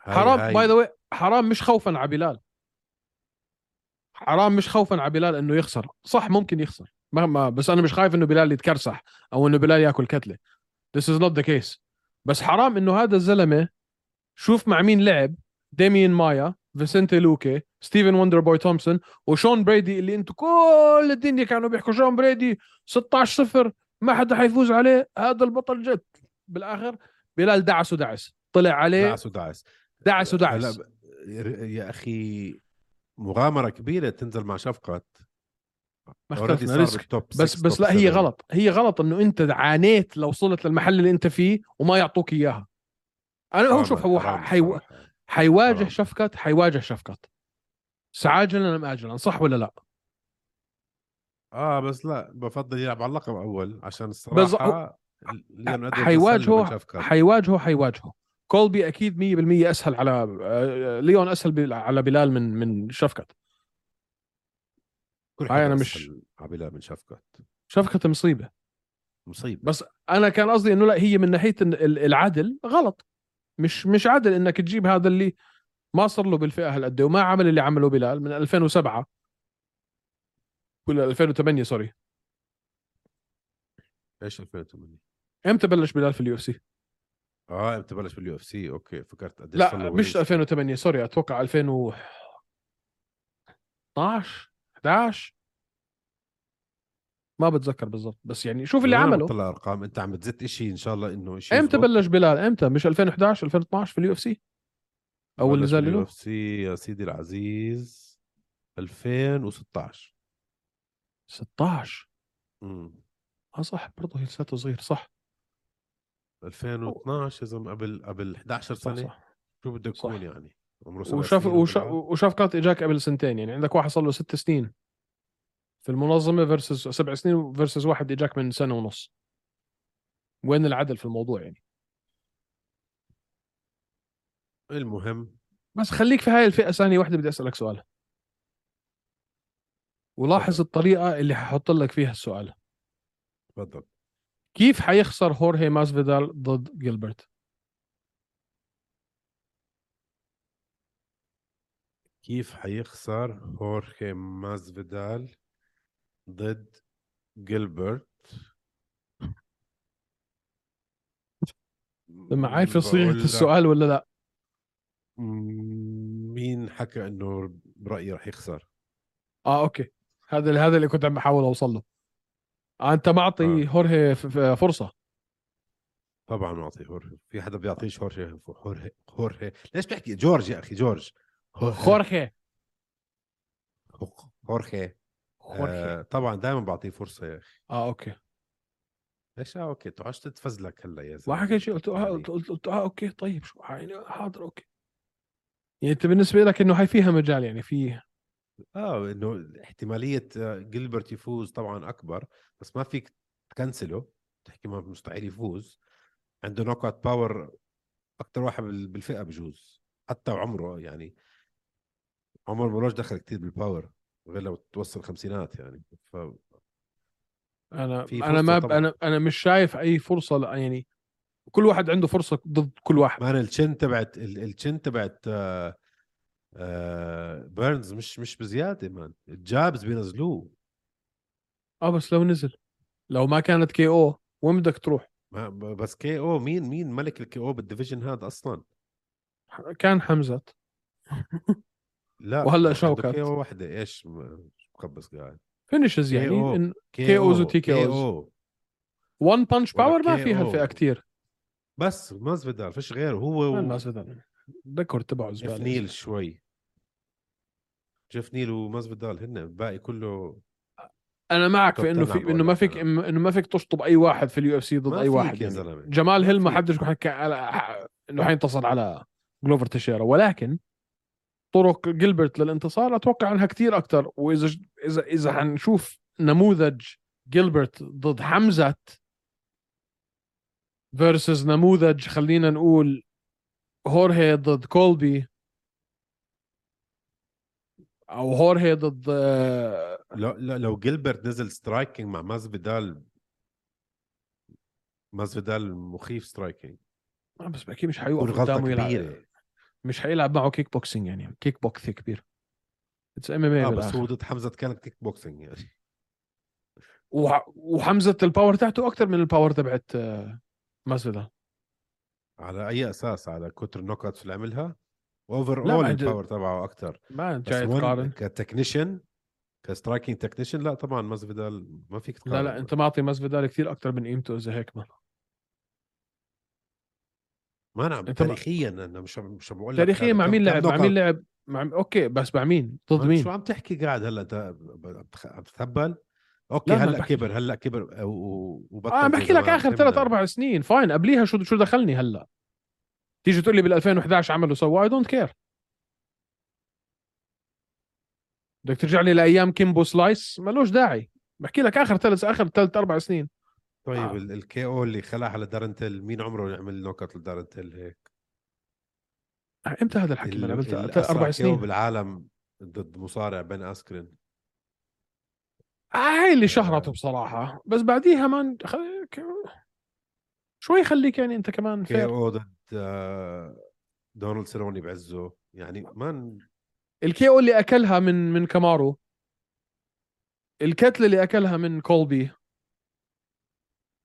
هاي
حرام
هاي
باي ذا حرام مش خوفا على بلال حرام مش خوفا على بلال انه يخسر صح ممكن يخسر مهما بس انا مش خايف انه بلال يتكرسح او انه بلال ياكل كتله This is not the case بس حرام انه هذا الزلمه شوف مع مين لعب ديمين مايا فيسنتي لوكي ستيفن وندر بوي تومسون وشون بريدي اللي انتم كل الدنيا كانوا بيحكوا شون بريدي 16 0 ما حدا حيفوز عليه هذا البطل جد بالاخر بلال دعس ودعس طلع عليه
دعس ودعس
دعس ودعس
هلا آه، ب- يا- يا اخي مغامره كبيره تنزل مع شفقت
ما
Already
اختلفنا
صار
ريسك
بالtop
بس
six,
بس
top
لا هي
seven.
غلط هي غلط انه انت عانيت لو وصلت للمحل اللي انت فيه وما يعطوك اياها انا هو
حرام،
شوف هو
آه، حرام آه.
حيو...
بصراحة.
حيواجه
حرام.
شفكت حيواجه شفكت سعاجلا ام اجلا صح ولا لا
اه بس لا بفضل يلعب على اللقب اول عشان
بس
الصراحه ليون أدوردز
حيواجهه-
أسهل من شفقت.
حيواجهه حيواجهه كولبي اكيد 100% اسهل على آه، ليون اسهل بال- على بلال من من شفكت
كل
هاي
حدا
أنا
أسهل
مش-
على بلال من شفقت
شفكت مصيبه
مصيبه
بس انا كان قصدي انه لا هي من ناحيه إن ال- العدل غلط مش مش عدل انك تجيب هذا اللي ما صار له بالفئه هالقد وما عمل اللي عمله بلال من 2007 ولا 2008 سوري
ايش 2008
امتى بلش بلال في اليو اف سي؟
اه امتى بلش باليو اف سي اوكي فكرت قديش صار
لا
له
مش
wins.
2008 سوري اتوقع 2012 11 ما بتذكر بالضبط بس يعني شوف اللي
وين عم
عمله
بتطلع ارقام انت عم بتزت شيء ان شاء الله انه شيء
امتى بلش بلال امتى مش 2011 2012 في اليو اف سي؟ اول نزال
اليو
له
اف سي يا سيدي العزيز 2016
16
امم
اه صح برضه هي لساته صغير صح
2012 يا زلمه قبل قبل 11
صح,
سنه
صح.
شو بده
صح.
يكون يعني عمره سبع
وشاف
سنين
وشاف
وبيلعب.
وشفقات اجاك قبل سنتين يعني عندك واحد صار له ست سنين في المنظمه فيرسز سبع سنين فيرسز واحد اجاك من سنه ونص وين العدل في الموضوع يعني
المهم
بس خليك في هاي الفئه ثانيه واحده بدي اسالك سؤال ولاحظ الطريقه اللي ححط لك فيها السؤال
تفضل
كيف حيخسر هورهي ماسفيدال ضد جيلبرت
كيف حيخسر هورخي مازفيدال ضد جيلبرت
لما عارف صيغه
بقول لك
السؤال ولا لا
مم، مين حكى انه برايي رح يخسر
اه اوكي هذا اللي- هذا اللي كنت عم بحاول اوصل له آه انت معطي
آه.
هورهي ف- ف- فرصه
طبعا معطي هورخي في حدا بيعطيش هورخي هورخي هورخي ليش بتحكي جورج يا اخي جورج هورخي
خورخي
هورخي
خورخي
آه، طبعا دائما بعطيه فرصه يا اخي
اه اوكي
ليش اه اوكي تقعدش تتفزلك هلا يا زلمه
وحكى شيء قلت له، آه،
يعني
قلت قلت- قلت اه اوكي طيب شو يعني حاضر اوكي يعني انت بالنسبه لك انه هي فيها مجال يعني في
اه انه احتماليه آه، جيلبرت يفوز طبعا اكبر بس ما فيك تكنسله تحكي ما مستحيل يفوز عنده نوك اوت باور اكثر واحد بال- بالفئه بجوز حتى وعمره يعني عمر بلوش دخل كثير بالباور غير لو توصل الخمسينات يعني ف
انا
في
انا
فرصة
ما ب...
طبعاً.
انا انا مش شايف اي فرصه لا يعني كل واحد عنده فرصه ضد كل واحد
مان التشن تبعت ال- التشن تبعت آه، آه، بيرنز مش مش بزياده مان الجابز بينزلوه
اه بس لو نزل لو ما كانت كي او وين بدك تروح
ما ب- بس كي او مين مين ملك الكي او بالديفيجن هذا اصلا
كان حمزه
لا
وهلا شوكت.
كي او وحده ايش م- مخبص قاعد
فينيشز يعني
KO.
إن KOs و TKOs.
KO.
وان بانش
ولا
باور ما
KO.
فيها الفئه كثير
بس مازفيدال فيش غيره هو و-
الذكر تبعه
جيف
زباله
نيل شوي جيف نيل ومازفيدال هن الباقي كله
انا معك
طب
في انه
طلع
في
بقول
انه ما
لك
فيك
أنا.
إم- انه ما فيك تشطب اي واحد في اليو اف سي ضد
ما
اي
فيك
واحد
يا
يعني.
زلمه
جمال هيل ما
فيك.
حدش حكى على انه حينتصر على جلوفر تشيرا ولكن طرق جيلبرت للانتصار اتوقع عنها كثير اكثر واذا ج- اذا اذا حنشوف نموذج جيلبرت ضد حمزه فيرسز نموذج خلينا نقول هورهي ضد كولبي او هورهي ضد آه،
لو لو- لو جيلبرت نزل سترايكينج مع مازفيدال مازفيدال مخيف سترايكينج
آه، بس اكيد مش
بقول
حيوقف
غلطه
قدامه يلعب يعني.
كبيره
مش حيلعب معه كيك بوكسينج يعني كيك بوكس كبير اتس ام ام
اه بس
اي
هو ضد حمزه كان كيك بوكسينج يعني
وحمزه الباور تاعته اكثر من الباور تبعت آه، مازفيدال
على اي اساس على كتر النوك اوتس اللي عملها اوفر
لا،
اول
ما عندي-
الباور تبعه اكثر
ما
بس
جاي
وين
تقارن
كتكنيشن كسترايكينج تكنيشن لا طبعا مازفيدال ما فيك تقارن
لا لا انت معطي مازفيدال كثير اكثر من قيمته اذا هيك ما
ما نعم
أنت ما-
تاريخيا انا مش عم- مش عم بقول لك
تاريخيا
هذا.
مع
كم-
مين
كم
لعب مع
knockout؟
مين لعب مع اوكي بس مع مين ضد
ما- شو
مين
عم تحكي قاعد هلا انت ب- ب- بتخ- عم تتهبل اوكي
لا، ما
هلا
بحكي.
كبر هلا كبر و- و- وبطل
اه عم
زي
بحكي لك
زمان،
اخر
فهمنا.
ثلاث اربع سنين فاين قبليها شو شو دخلني هلا تيجي تقول لي بال 2011 عملوا سوى اي دونت كير بدك ترجع لي لايام كيمبو سلايس ملوش داعي بحكي لك اخر ثلاث اخر ثلاث اربع سنين
طيب
آه.
الكي او اللي خلع على دارنتل مين عمره يعمل نوك اوت لدارنتل هيك
آه، امتى هذا الحكي ما
ال-
أنا عملت
ال-
ثلاث اربع
أسرع KO
سنين
بالعالم ضد مصارع بين اسكرين
آه، هاي اللي شهرته بصراحه بس بعديها ما خليك شوي خليك يعني انت كمان
كي
fair.
او ضد آه، دونالد سيروني بعزه يعني مان
الكي او اللي اكلها من من كامارو الكتله اللي اكلها من كولبي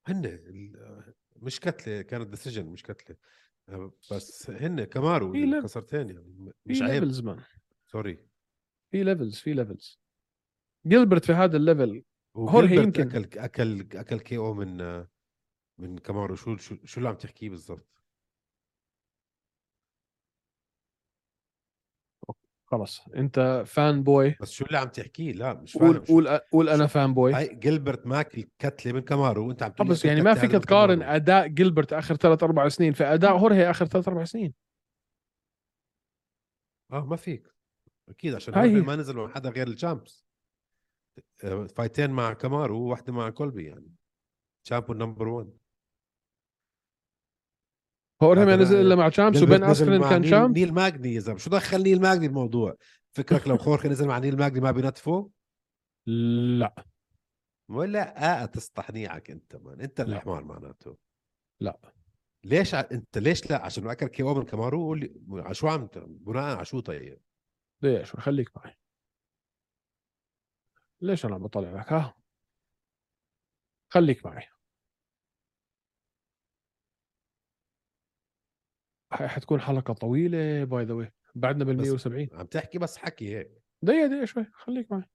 هن ال- مش كتله كانت ديسيجن مش كتله آه، بس هن كمارو
في لب-
خسرتين يعني مش
في
عيب
ليفلز مان
سوري
في ليفلز في ليفلز جيلبرت في هذا الليفل هورهي
هورهي
يمكن.
يمكن اكل اكل اكل كي او من آه، من كمارو شو شو, شو اللي عم تحكيه بالضبط
خلص انت فان بوي
بس شو اللي عم تحكيه لا مش
قول
فاهم شو-
قول قول انا فان بوي
هاي جيلبرت ماكل كتله من كمارو وانت عم
آه،
تقول لي
بس
أكل
يعني ما
كتلة
فيك
هذا من
تقارن
كامارو.
اداء جيلبرت اخر ثلاث اربع سنين في اداء هورهي اخر ثلاث اربع سنين
اه ما فيك اكيد عشان
هاي
هورهي
هي.
ما نزلوا مع حدا غير الشامبس آه، فايتين مع كامارو وواحده مع كولبي يعني شامبو نمبر 1
هورهي ما
هذا
نزل
لا-
الا مع شامس وبين
جيلبرت نزل
اسكرين
مع
كان
نيل-
شامس
نيل ماجني يا زلمه شو دخل نيل ماجني الموضوع فكرك لو خورخي نزل مع نيل ماجني ما بينتفوا
لا
ولا آه تصطحنيعك انت مان انت
لا.
الحمار معناته
لا
ليش ع... انت ليش لا عشان اكل كي من كامارو قول لي على شو عم ت- بناء على شو طيب
ليش خليك معي ليش انا عم بطلع لك ها خليك معي حتكون حلقه طويله باي ذا واي بعدنا بال
بس-
170
عم تحكي بس حكي هيك
دقيقه دقيقه شوي خليك معي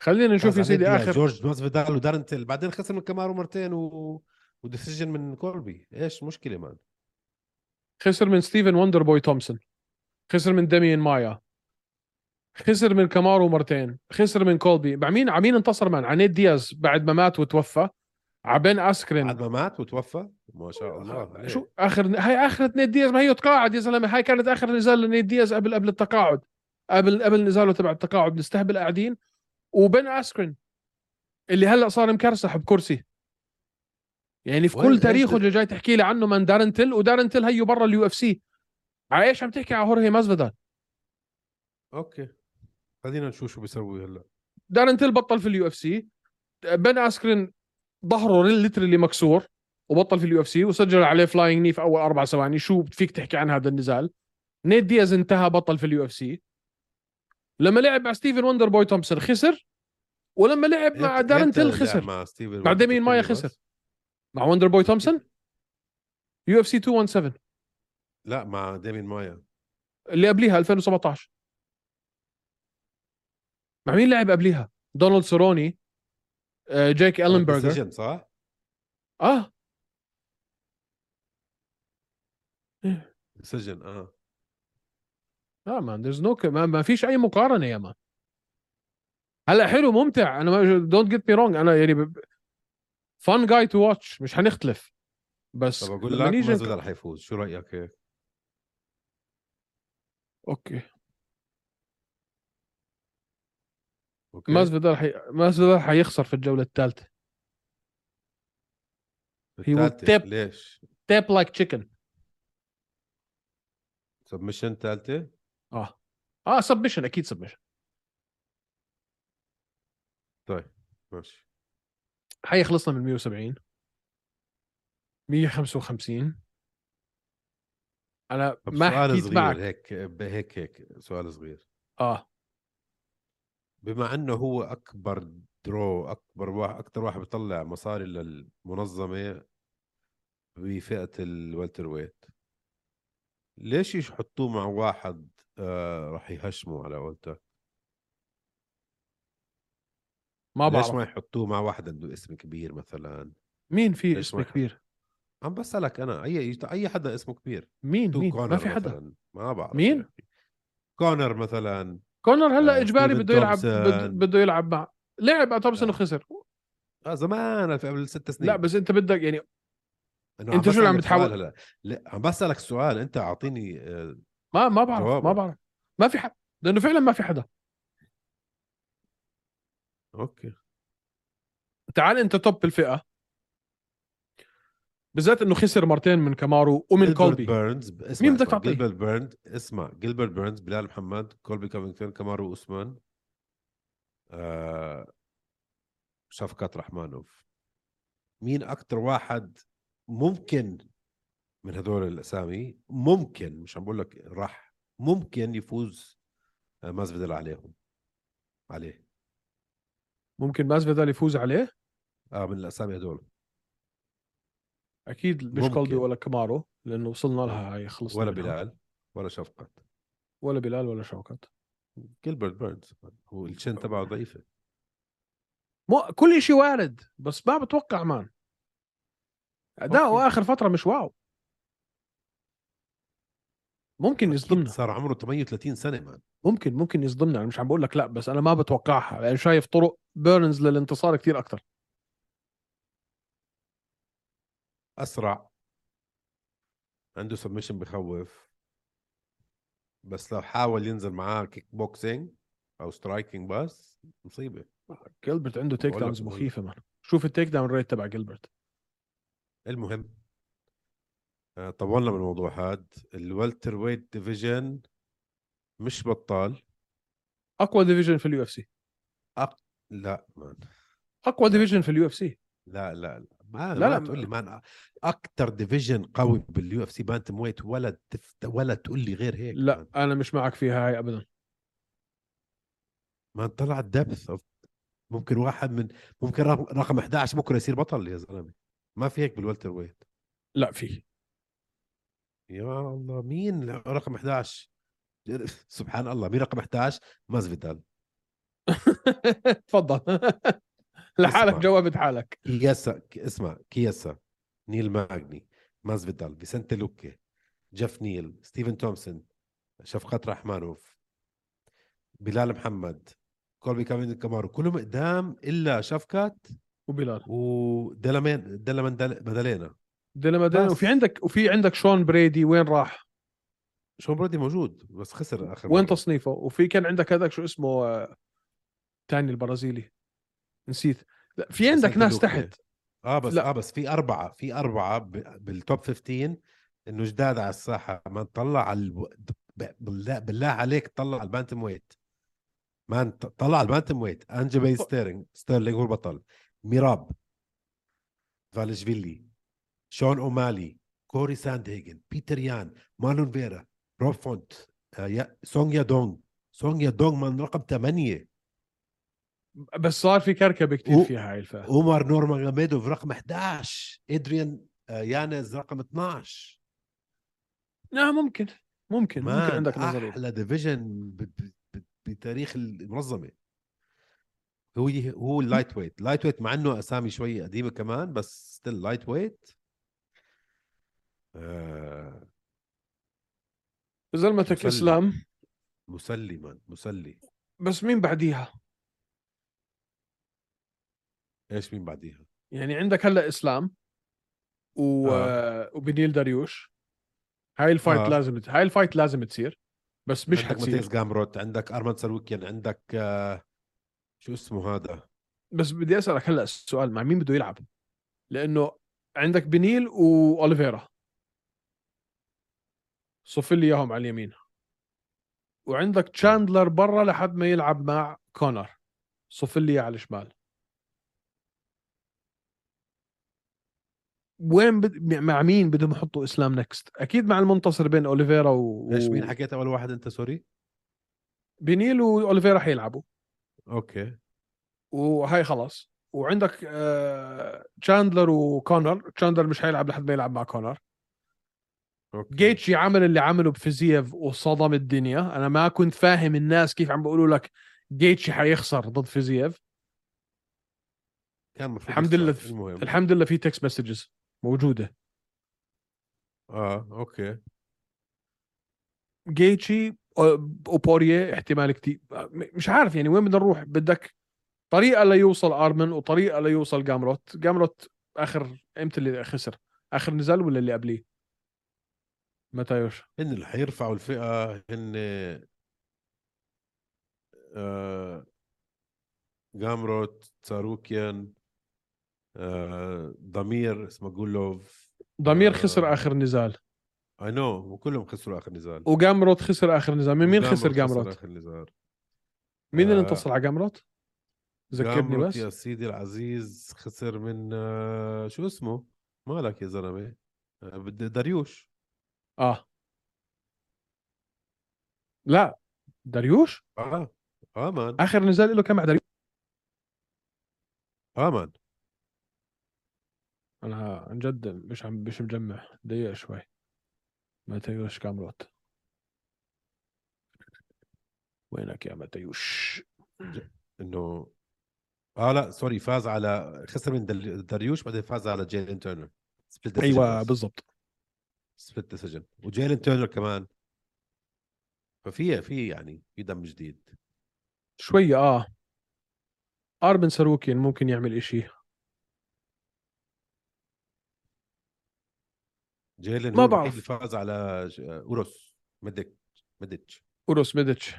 خلينا نشوف يا
فاز
سيدي
عليه دياز،
اخر
جورج ماسفيدال ودارنتل بعدين خسر من كامارو مرتين و... وديسيجن من كولبي ايش مشكله مان
خسر من ستيفن وندر بوي تومسون خسر من داميان مايا خسر من كامارو مرتين خسر من كولبي مع مين عمين انتصر مان عنيد دياز بعد ما مات وتوفى عبين اسكرين
بعد ما مات وتوفى ما شاء الله عليه.
شو اخر هاي اخر نيد دياز ما هي تقاعد يا زلمه هاي كانت اخر نزال لنيد دياز قبل قبل التقاعد قبل قبل نزاله تبع التقاعد نستهبل قاعدين وبن اسكرين اللي هلا صار مكرسح بكرسي يعني في
وين-
كل
إيش
تاريخه
ده؟
اللي جاي تحكي لي عنه من دارنتل ودارنتل هيو برا اليو اف سي على ايش عم تحكي على هورهي مازفيدال
اوكي خلينا نشوف شو بيسوي هلا
دارنتل بطل في اليو اف سي بن اسكرين ظهره ليترلي مكسور وبطل في اليو اف سي وسجل عليه فلاينج ني في اول اربع ثواني شو فيك تحكي عن هذا النزال نيت دياز انتهى بطل في اليو اف سي لما لعب مع ستيفن وندر بوي تومسون خسر ولما لعب مع
إمتى- إمتى
دارنتل
لعب
خسر
يعني مع ستيفن
مع ديمين مايا
بس؟
خسر. مع وندر بوي تومسون يو اف سي 217
لا مع ديمين مايا
اللي قبليها 2017 مع مين لعب قبليها؟ دونالد سوروني آه، جيك النبرجر
Decision، صح؟
اه
ديسيجن اه
لا مان ذيرز نو ما, ما فيش اي مقارنه يا مان هلا حلو ممتع انا دونت جيت مي رونج انا يعني فان جاي تو واتش مش هنختلف بس
طب اقول
لما
لك
نيجي-
مازفيدال حيفوز شو رايك هيك؟
اوكي
اوكي
مازفيدال حي... مازفيدال حيخسر في الجوله الثالثه he will
التالتة.
tap.
ليش؟
تاب لايك تشيكن
سبمشن ثالثه
اه اه سبمشن اكيد سبمشن
ماشي
حيخلصنا من 170 155 انا
طب
ما
سؤال
حكيت
صغير
معك
هيك هيك هيك سؤال صغير
اه
بما انه هو اكبر درو اكبر واحد اكثر واحد بيطلع مصاري للمنظمه بفئه الوالتر ويت ليش يحطوه مع واحد آه راح يهشمه على قولتك
ما
ليش
آه،
ما
بعرف
يحطوه مع واحد عنده اسم كبير مثلا
مين في
ليش
اسم
ما يحط-
كبير
عم بسالك انا اي اي حدا اسمه كبير
مين
تو
مين
كونر
ما في حدا
مثلا ما بعرف
مين؟
يا أخي. كونر مثلا
كونر هلا
آه،
اجباري
ستيفن
بده يلعب بده-
تومسون.
بده يلعب مع لعب مع تومسون
آه.
وخسر
آه زمان في قبل ست سنين
لا بس انت بدك يعني
إنه
أنت شو اللي عم
بسألك سؤال
بتحاول-
هلا لا عم بسالك سؤال انت اعطيني آه،
ما ما بعرف ما
جوابك.
بعرف ما في حد لانه فعلا ما في حدا
اوكي
تعال انت توب الفئه بالذات انه خسر مرتين من كامارو ومن
جيلبرت
كولبي
بيرنز ب- اسمع
مين بدك
اسمع،
تعطيه؟
جيلبرت بيرنز اسمع جيلبرت بيرنز بلال محمد كولبي كافينغتون كامارو اوسمان آه شفقات رحمانوف مين اكثر واحد ممكن من هذول الاسامي ممكن مش عم بقول لك راح ممكن يفوز آه، مازفيدال عليهم عليه
ممكن مازفيدال يفوز عليه
اه من الاسامي هذول
اكيد مش
ممكن.
كولبي ولا كامارو لانه وصلنا لها هاي خلصنا
ولا
منها.
بلال ولا شفقات
ولا بلال ولا شوكت
جيلبرت بيرنز هو الشن تبعه ضعيفه
مو كل شيء وارد بس ما بتوقع مان اداؤه
أوكي.
اخر فتره مش واو ممكن
أكيد
يصدمنا
صار عمره 38 سنه مان
ممكن ممكن يصدمنا انا مش عم بقول لك لا بس انا ما بتوقعها لان شايف طرق بيرنز للانتصار كثير اكثر
اسرع عنده سبمشن بخوف بس لو حاول ينزل معاه كيك بوكسينج او سترايكينج بس مصيبه
جيلبرت عنده تيك
بقول لك
داونز
بقول لك.
مخيفه مان شوف التيك داون ريت تبع جيلبرت
المهم آه، طولنا من الموضوع هاد الوالتر ويت ديفيجن مش بطال
اقوى ديفيجن في اليو اف سي
لا مان
اقوى ديفيجن في اليو اف سي
لا لا لا ما
لا،
لا,
لا،
لا تقول لي مان اكثر ديفيجن قوي باليو اف سي بانتم ويت ولا تفت ولا تقول لي غير هيك مان.
لا انا مش معك فيها هاي ابدا
ما طلع الدبث ممكن واحد من ممكن رقم 11 بكره يصير بطل يا زلمه ما في هيك بالولتر ويت
لا في
يا الله مين رقم 11 سبحان الله مين رقم 11 مازفيدال
تفضل لحالك
اسمع.
جاوبت حالك
كياسا ك- اسمع كياسا نيل ماجني مازفيدال فيسنتي لوكي جيف نيل ستيفن تومسون شفقات رحمانوف بلال محمد كولبي كامين كامارو كلهم قدام الا شفقات
وبلال
ودلمان دلمان دل- مدالينا
ديلمادين
بس.
وفي عندك وفي عندك شون بريدي وين راح؟
شون برودي موجود بس خسر اخر
وين
مرة.
تصنيفه؟ وفي كان عندك هذاك شو اسمه آه، تاني البرازيلي نسيت لا في عندك
سانتا
ناس
لوكا.
تحت
اه بس
لا.
لا. اه بس في اربعه في اربعه ب- بالتوب 15 انه جداد على الساحه ما طلع على الب... ب- بالله بالله عليك طلع على البانتم ويت مان ط- طلع على البانتم ويت انجا بي ستيرلينج ستيرلينج هو البطل ميراب فالشفيلي شون اومالي كوري ساند هيجن بيتر يان مانون فيرا روب فونت آه يا... سونج يا دونغ سونج يا دونغ من رقم 8
بس صار في كركبه كثير
و-
فيها هاي الفئه
عمر نورمان غاميدوف رقم 11 ادريان آه، يانز رقم 12
لا ممكن ممكن ممكن
مان،
عندك نظريه
احلى ديفيجن بتاريخ المنظمه هو هو اللايت ويت لايت ويت مع انه اسامي شوي قديمه كمان بس ستيل لايت ويت آه
زلمتك
مسلم.
اسلام
مسلي مان مسلي
بس مين بعديها؟
ايش مين بعديها
يعني عندك هلا اسلام و... آه. وبنيل داريوش هاي الفايت آه.
آه.
لازم هاي الفايت لازم تصير بس مش
عندك ماتياس
حتصير
جامروت عندك ارمان سلوكيان عندك آه شو اسمه هذا
بس بدي اسالك هلا السؤال مع مين بده يلعب؟ لانه عندك بنيل واوليفيرا صف لي اياهم على اليمين وعندك تشاندلر برا لحد ما يلعب مع كونر صف لي إياه على الشمال وين بد... مع مين بدهم يحطوا اسلام نكست؟ اكيد مع المنتصر بين اوليفيرا و
ايش مين حكيت اول واحد انت سوري
بنيل واوليفيرا حيلعبوا
اوكي
وهاي خلاص وعندك آه، تشاندلر وكونر تشاندلر مش هيلعب لحد ما يلعب مع كونر
اوكي
جيتشي عمل اللي عمله بفيزييف وصدم الدنيا انا ما كنت فاهم الناس كيف عم بيقولوا لك جيتشي حيخسر ضد فيزييف
كان المفروض
الحمد
يخسر. إيه
لله في-
المهم
الحمد لله في تكست مسجز موجوده
اه اوكي
جيتشي آه، وبوريه احتمال كتير آه، م- مش عارف يعني وين بدنا نروح بدك طريقه ليوصل ارمن وطريقه ليوصل جامروت جامروت اخر امتى اللي خسر اخر نزال ولا اللي قبليه متى
هن اللي حيرفعوا الفئه هن آه... جامروت تساروكيان آه... ضمير اسماجولوف
ضمير
آه.
خسر اخر نزال
اي نو وكلهم خسروا اخر نزال
وجامروت خسر اخر نزال من مين خسر جامروت
اخر نزال
مين اللي
آه.
انتصر على جامروت ذكرني
جامروت
بس
يا سيدي العزيز خسر من آه... شو اسمه مالك يا زلمه آه... بدي- داريوش
اه لا داريوش
اه اه مان
اخر نزال له كان مع داريوش
اه مان
انا عن جد مش عم مش مجمع دقيقه شوي ماتيوش جامروت وينك يا ماتيوش
انه اه لا سوري فاز على خسر من دل- داريوش بعدين فاز على جيلين تيرنر سبليت
ايوه بالضبط
سبليت ديسيجن وجيلين تيرنر كمان ففي في يعني في دم جديد
شوي اه اربن ساروكين ممكن يعمل إشي
جيلين
ما
هو الوحيد
بعرف.
اللي فاز على ج- اوروس ميديك ميديتش
اوروس ميديتش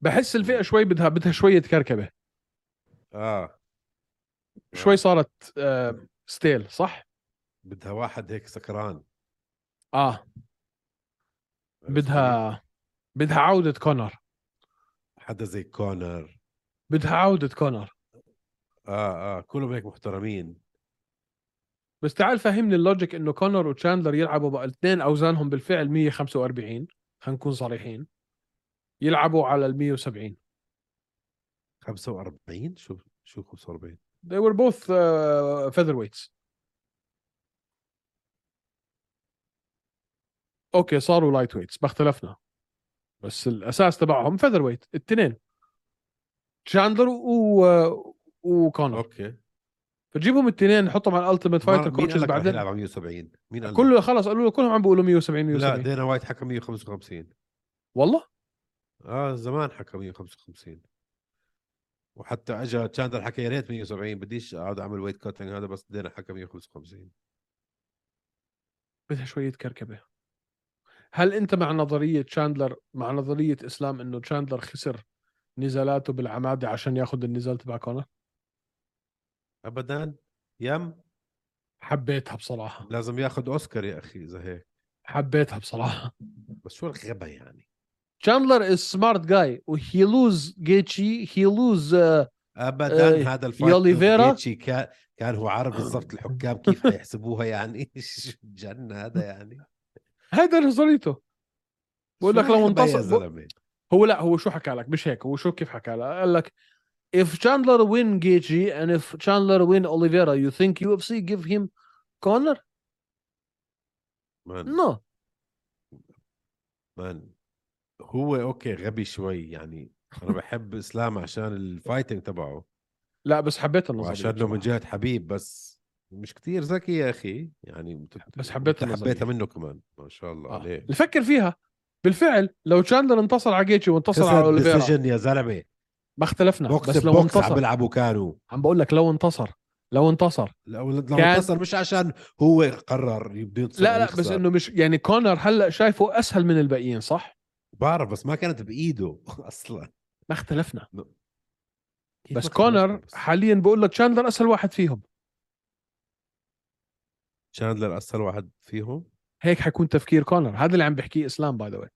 بحس الفئه شوي بدها بدها شويه كركبه
اه
شوي صارت آه ستيل صح
بدها واحد هيك سكران
اه بدها بدها عوده كونر
حدا زي كونر
بدها عوده كونر
اه اه كلهم هيك محترمين
بس تعال فهمني اللوجيك انه كونر وتشاندلر يلعبوا بقى الاثنين اوزانهم بالفعل 145 خلينا نكون صريحين يلعبوا على ال 170
45 شو شو 45
they were both uh, featherweights اوكي صاروا لايت ويتس ما اختلفنا بس الاساس تبعهم فيذر ويت الاثنين تشاندلر و وكونر
اوكي
فجيبهم الاثنين نحطهم على الالتيميت فايتر
مين قال
كوتشز
لك رح
بعدين
يلعب على 170 مين قال لك؟
كله خلص قالوا له كلهم عم بيقولوا 170
لا
170
دينا وايت حكى 155
والله
اه زمان حكى 155 وحتى اجى تشاندر حكى يا ريت 170 بديش اقعد اعمل ويت كاتنج هذا بس دينا حكى 155
بدها شويه كركبه هل انت مع نظريه تشاندلر مع نظريه اسلام انه تشاندلر خسر نزالاته بالعماده عشان ياخذ النزال تبع كونر
ابدا يم
حبيتها بصراحه
لازم ياخذ اوسكار يا اخي اذا هيك
حبيتها بصراحه
بس شو الغبا يعني
تشاندلر از سمارت جاي وهي لوز جيتشي هي لوز
ابدا
آه،
هذا الفايت
يوليفيرا؟
ضد جيتشي كان كان هو عارف بالضبط الحكام كيف حيحسبوها يعني شو الجنه هذا يعني
هيدا نظريته بقول لك
شو
لو
الغبا يا
انتصر
زلمه
هو لا هو شو حكى لك مش هيك هو شو كيف حكى لك قال لك if Chandler win Gaethje and if Chandler win Oliveira you think UFC give him Conor
مان
no
مان هو اوكي غبي شوي يعني انا بحب اسلام عشان الفايتنج تبعه
لا بس حبيت النظريه
وعشان انه من
بصراحة.
جهه حبيب بس مش كتير ذكي يا اخي يعني بت-
بس حبيت
بت-
النظرية.
حبيتها منه كمان ما شاء الله
آه.
عليه
اللي فكر فيها بالفعل لو تشاندلر انتصر على جيتشي وانتصر على
خسر
اوليفيرا
ديسيجن يا زلمه
ما اختلفنا
بوكس
بس لو
بوكس عم
انتصر
بيلعبوا كانوا
عم بقول لك لو انتصر لو انتصر
لو لو
كان-
انتصر مش عشان هو قرر يبدو ينتصر
لا
أو
لا بس
يخسر.
انه مش يعني كونر هلا شايفه اسهل من الباقيين صح
بعرف بس ما كانت بايده اصلا
ما اختلفنا
كيف
بس
ما خلصنا
كونر
بس؟
حاليا بقول لك تشاندلر اسهل واحد فيهم
شاندلر اسهل واحد فيهم
هيك حيكون تفكير كونر هذا اللي عم بحكيه اسلام باي ذا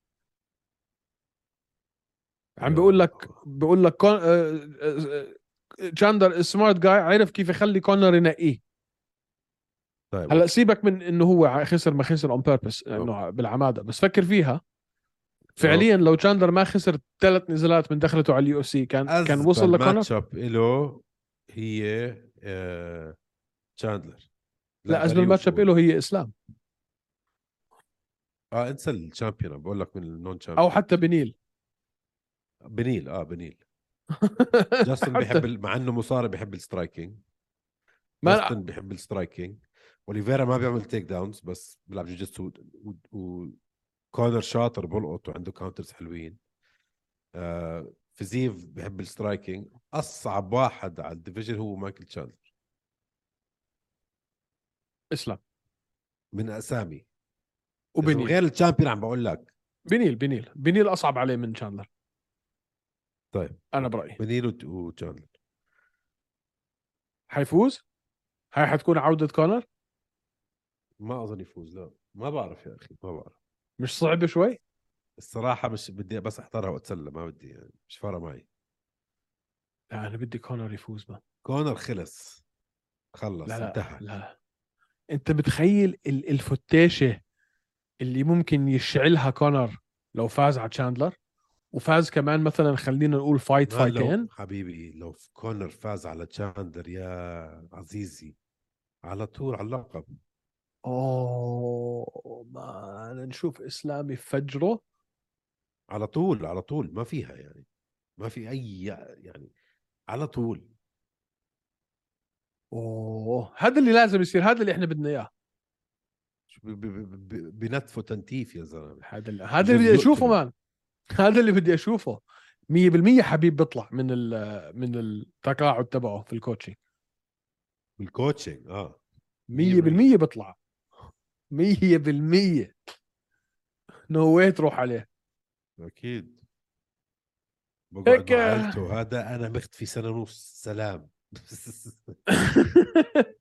عم بيقول لك بيقول لك كون... آه، آه، آه، تشاندر سمارت جاي عرف كيف يخلي كونر ينقيه
طيب
هلا سيبك من انه هو ع- خسر ما خسر اون بيربس انه ع- بالعماده بس فكر فيها فعليا لو تشاندر ما خسر ثلاث نزالات من دخلته على اليو اف سي كان كان وصل لكونر
الماتش اب له هي آه، تشاندلر
لا ازمه الماتش اب له هي اسلام
اه انسى الشامبيون بقول لك من النون
او
شامبيون
حتى بنيل
بنيل اه بنيل جاستن بيحب ال- مع انه مصاري بيحب السترايكينج
ما-
جاستن بيحب السترايكينج اوليفيرا ما بيعمل تيك داونز بس بيلعب جوجيتسو و- و- وكونر شاطر بلقط وعنده كاونترز حلوين آه فيزيف بيحب السترايكينج اصعب واحد على الديفيجن هو مايكل تشاندلر
اسلام
من اسامي
وبنيل
غير الشامبيون عم بقول لك
بنيل بنيل بنيل اصعب عليه من تشاندلر
طيب.
انا برايي
بنيل وت- وتشاندلر
حيفوز هاي حتكون عوده كونر
ما اظن يفوز لا ما بعرف يا اخي ما بعرف
مش صعبه شوي
الصراحه مش بدي بس احضرها واتسلى ما بدي يعني مش فارقه معي
لا انا بدي كونر يفوز ما
كونر خلص خلص
لا لا
انتهى
لا لا انت متخيل ال- الفتاشه اللي ممكن يشعلها كونر لو فاز على تشاندلر وفاز كمان مثلا خلينا نقول فايت
ما لو-
فايتين
حبيبي لو كونر فاز على تشاندر يا عزيزي على طول على اللقب
اوه ما نشوف اسلام يفجره
على طول على طول ما فيها يعني ما في اي يعني على طول
اوه هذا اللي لازم يصير هذا اللي احنا بدنا اياه
شو ب- ب- ب- ب- بنتف وتنتيف يا زلمه
هذا اللي هذا اللي بدي اشوفه مان هذا اللي بدي اشوفه 100% حبيب بيطلع من ال من التقاعد تبعه في الكوتشنج
بالكوتشنج اه
100% بطلع 100% نو واي تروح عليه
اكيد
هيك-
بقعد مع عيلته هذا انا مختفي سنه ونص سلام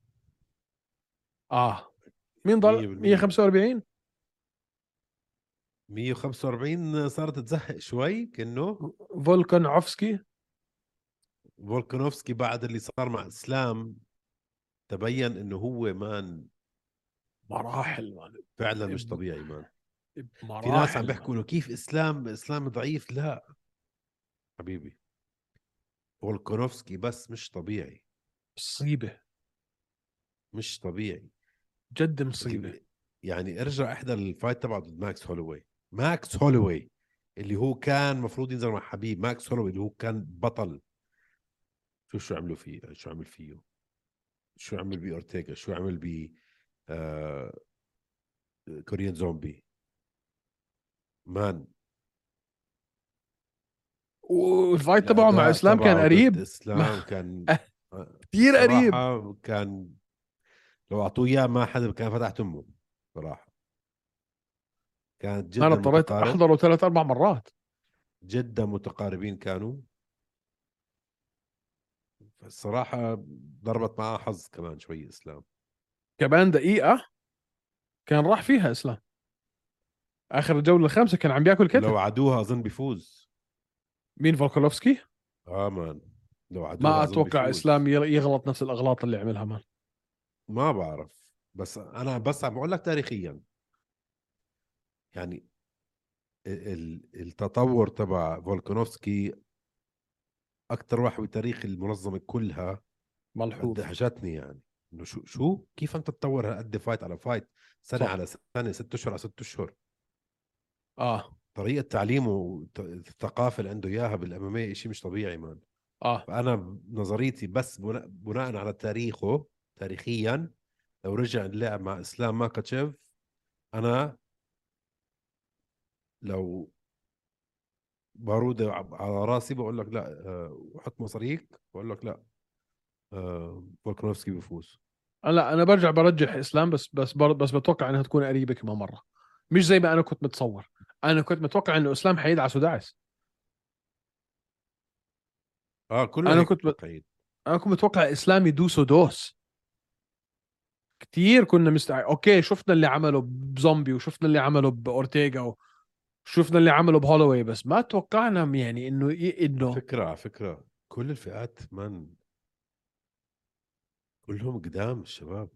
اه مين
100%
ضل 145
145 صارت تزهق شوي كانه
فولكان عفسكي
فولكانوفسكي بعد اللي صار مع اسلام تبين انه هو مان
مراحل مان
فعلا مش
إب-
طبيعي مان
مراحل
في ناس عم بيحكوا له كيف اسلام اسلام ضعيف لا حبيبي فولكانوفسكي بس مش طبيعي
مصيبه
مش طبيعي
جد مصيبه
يعني ارجع احضر الفايت تبعه ضد ماكس هولوي ماكس هولوي اللي هو كان المفروض ينزل مع حبيب ماكس هولوي اللي هو كان بطل شو شو عملوا فيه يعني شو عمل فيه شو عمل باورتيغا شو عمل ب آه... كوريان زومبي مان
والفايت تبعه مع اسلام كان قريب
اسلام كان
كثير قريب
صراحة كان لو اعطوه اياه ما حدا كان فتحت امه صراحه كانت جدا
انا اضطريت
متقارب-
احضره ثلاث اربع مرات
جدا متقاربين كانوا الصراحة ضربت معاه حظ كمان شوي اسلام
كمان دقيقه كان راح فيها اسلام اخر الجوله الخامسه كان عم بياكل كتف
لو عدوها اظن بيفوز
مين فولكولوفسكي
اه مان لو عدوها
ما
أظن
اتوقع
بيفوز.
اسلام يغ- يغلط نفس الاغلاط اللي عملها مان
ما بعرف بس انا بس عم بقول لك تاريخيا يعني ال- ال- التطور تبع فولكانوفسكي اكثر واحد بتاريخ المنظمه كلها
ملحوظ
دهشتني يعني انه شو شو كيف انت تتطور هالقد فايت على فايت سنه
صح.
على سنه ست اشهر على ست اشهر
اه
طريقه تعليمه والت- الثقافه اللي عنده اياها بالاماميه شيء إيه مش طبيعي مان
اه
فانا نظريتي بس بناء, بناء على تاريخه تاريخيا لو رجع اللعب مع اسلام ماكاتشيف انا لو باروده ع- على راسي بقول لك لا آه، وحط مصاريك بقول لك لا آه، فولكنوفسكي بيفوز
لا انا برجع برجح اسلام بس بس بر- بس بتوقع انها تكون قريبه كمان مره مش زي ما انا كنت متصور انا كنت متوقع انه اسلام حيدعس ودعس
اه كل
أنا كنت ب- انا كنت متوقع اسلام يدوس ودوس كتير كنا مستع اوكي شفنا اللي عمله بزومبي وشفنا اللي عمله باورتيغا وشفنا اللي عمله بهولوي بس ما توقعنا يعني انه ي... انه
فكره على فكره كل الفئات من كلهم قدام الشباب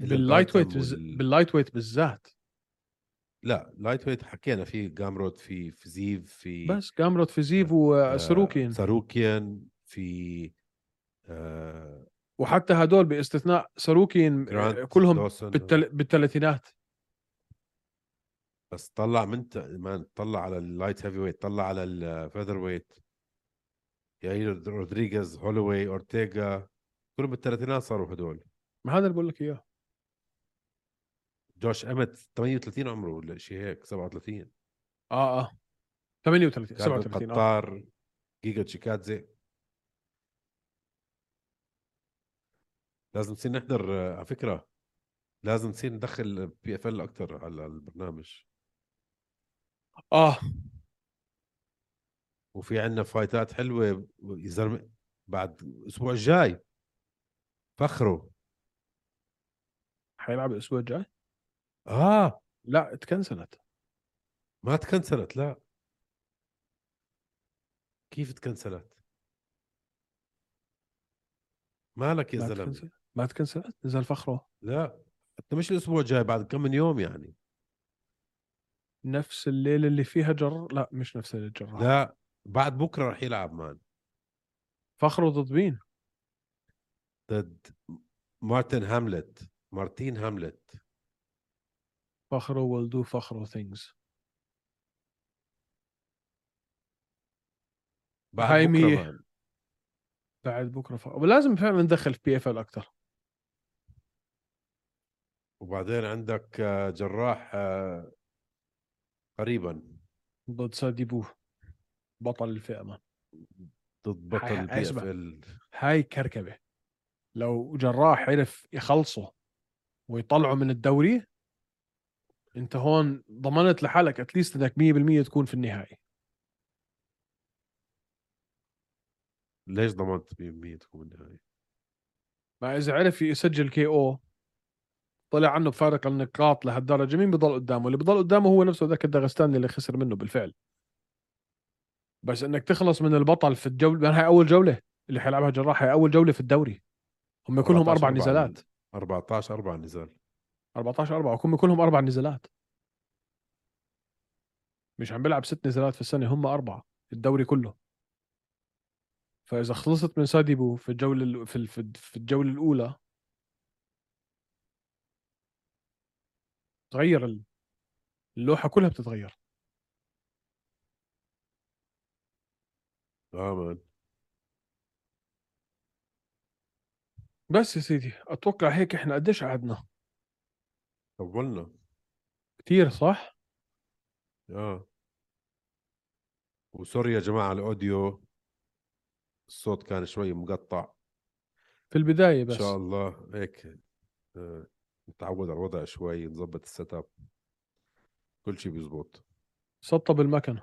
إلا
باللايت ويت
البانتم
بز...
وال-
باللايت ويت بالذات
لا لايت ويت حكينا في جامروت في في زيف في
بس كامروت فيزيف
آه،
وسروكين
ساروكيان في آه
وحتى هدول باستثناء ساروكين
جرانت
آه، كلهم
دوسون
بالتل... بالثلاثينات
بس طلع من ت- ما طلع على اللايت هيفي ويت طلع على الفيذر ويت ياير رودريغيز هولوي اورتيغا كلهم بالثلاثينات صاروا هدول
ما هذا اللي بقول لك اياه
جوش امت 38 عمره ولا شيء هيك 37
اه اه 38
كاربن
37 اه
قطار جيجا تشيكادزي لازم نصير نحضر آه، على فكره لازم نصير ندخل بي اف ال اكثر على البرنامج
اه
وفي عندنا فايتات حلوه يا زلمه بعد الاسبوع الجاي فخره
حيلعب الاسبوع الجاي
اه
لا اتكنسلت
ما تكنسلت لا كيف تكنسلت مالك يا
ما
زلمه
تكنسلت ما تكنسلت نزل فخره
لا انت مش الاسبوع الجاي بعد كم من يوم يعني
نفس الليله اللي فيها جر لا مش نفس الليله جر لا.
لا بعد بكره رح يلعب مان
فخره ضد مين
ضد مارتن هاملت مارتين هاملت
فخره will do فخره things
بعد
هاي
بكره
منيح.
مان
بعد بكره فخره ولازم فعلا ندخل في بي اف ال اكثر
وبعدين عندك آه، جراح آه، قريبا
ضد ساديبو بطل الفئه ما
ضد بطل
حي-
بي اف
اسمع.
ال
هاي كركبه لو جراح عرف يخلصه ويطلعه من الدوري انت هون ضمنت لحالك اتليست انك 100% تكون في النهائي
ليش ضمنت 100% تكون بالنهايه؟
ما اذا عرف يسجل كي او طلع عنه بفارق النقاط لهالدرجه مين بضل قدامه اللي بضل قدامه هو نفسه ذاك الداغستاني اللي خسر منه بالفعل بس انك تخلص من البطل في الجوله لأن هاي اول جوله اللي حيلعبها جراح هي اول جوله في الدوري هم كلهم
14
اربع
أربعة
نزالات
14 4 نزال
14 4 هم كلهم اربع نزالات مش عم بيلعب ست نزالات في السنه هم اربعه الدوري كله فاذا خلصت من ساديبو في الجوله ال- في ال- في الجوله الاولى تغير ال- اللوحه كلها بتتغير
اه مان
بس يا سيدي اتوقع هيك احنا قديش قعدنا
طولنا
كثير صح
اه وسوري يا جماعه على الاوديو الصوت كان شوي مقطع
في البدايه
ان
بس
شاء الله هيك آه، نتعود على الوضع شوي نظبط السيت اب كل شيء بيزبط
سطب المكنه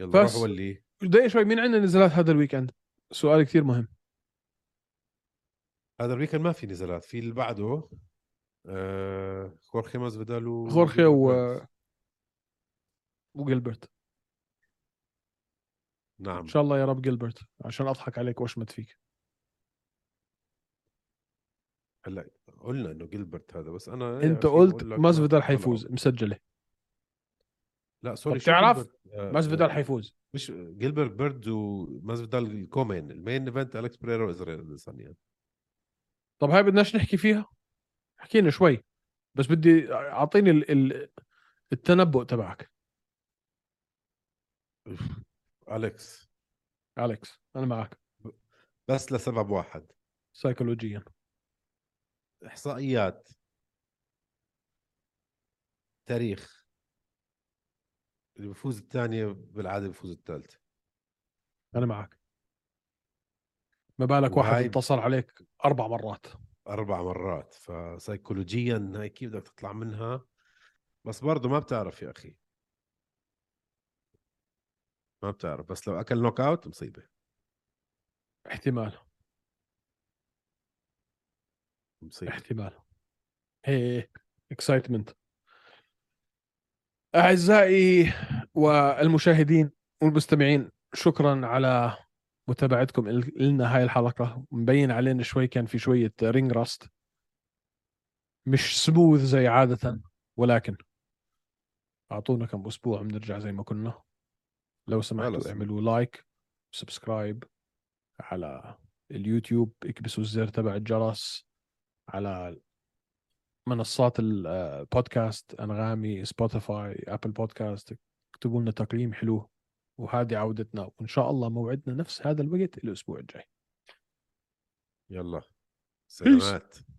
يلا
بس.
روح ولي
دقيقه شوي مين عندنا نزلات هذا الويكند سؤال كثير مهم
هذا الويكند ما في نزالات في اللي بعده آه خورخي مازفيدال و
خورخي و- وجيلبرت
نعم
ان شاء الله يا رب جيلبرت عشان اضحك عليك واشمت فيك
هلا قلنا انه جيلبرت هذا بس انا
انت
يا أخي
إيه، قلت
بقول لك
مازفيدال
أنا-
حيفوز مسجله
لا سوري
طب
شو
تعرف؟
جيلبرت؟ آه،
مازفيدال
آه،
حيفوز
مش جيلبرت بيرد ومازفيدال الكومين المين ايفنت الكس بريرا وازرائيل ديسانيان
طب هاي بدناش نحكي فيها حكينا شوي بس بدي اعطيني ال... ال... التنبؤ تبعك
الكس
اليكس انا معك
بس لسبب واحد
سيكولوجيا
احصائيات تاريخ اللي بفوز الثانيه بالعاده بفوز الثالث
انا معك ما بالك واحد
وهاي-
اتصل عليك اربع مرات
اربع مرات فسيكولوجيا هاي كيف بدك تطلع منها بس برضه ما بتعرف يا اخي ما بتعرف بس لو اكل نوك اوت مصيبه
احتمال
مصيبه
احتمال هي اكسايتمنت اعزائي والمشاهدين والمستمعين شكرا على متابعتكم ال- لنا هاي الحلقه مبين علينا شوي كان في شويه رينج راست مش سموث زي عاده ولكن اعطونا كم اسبوع بنرجع زي ما كنا لو
خلص.
سمحتوا اعملوا لايك سبسكرايب على اليوتيوب اكبسوا الزر تبع الجرس على منصات آه، البودكاست انغامي سبوتيفاي ابل بودكاست اكتبوا لنا تقييم حلو وهذه عودتنا وان شاء الله موعدنا نفس هذا الوقت الاسبوع الجاي
يلا سلامات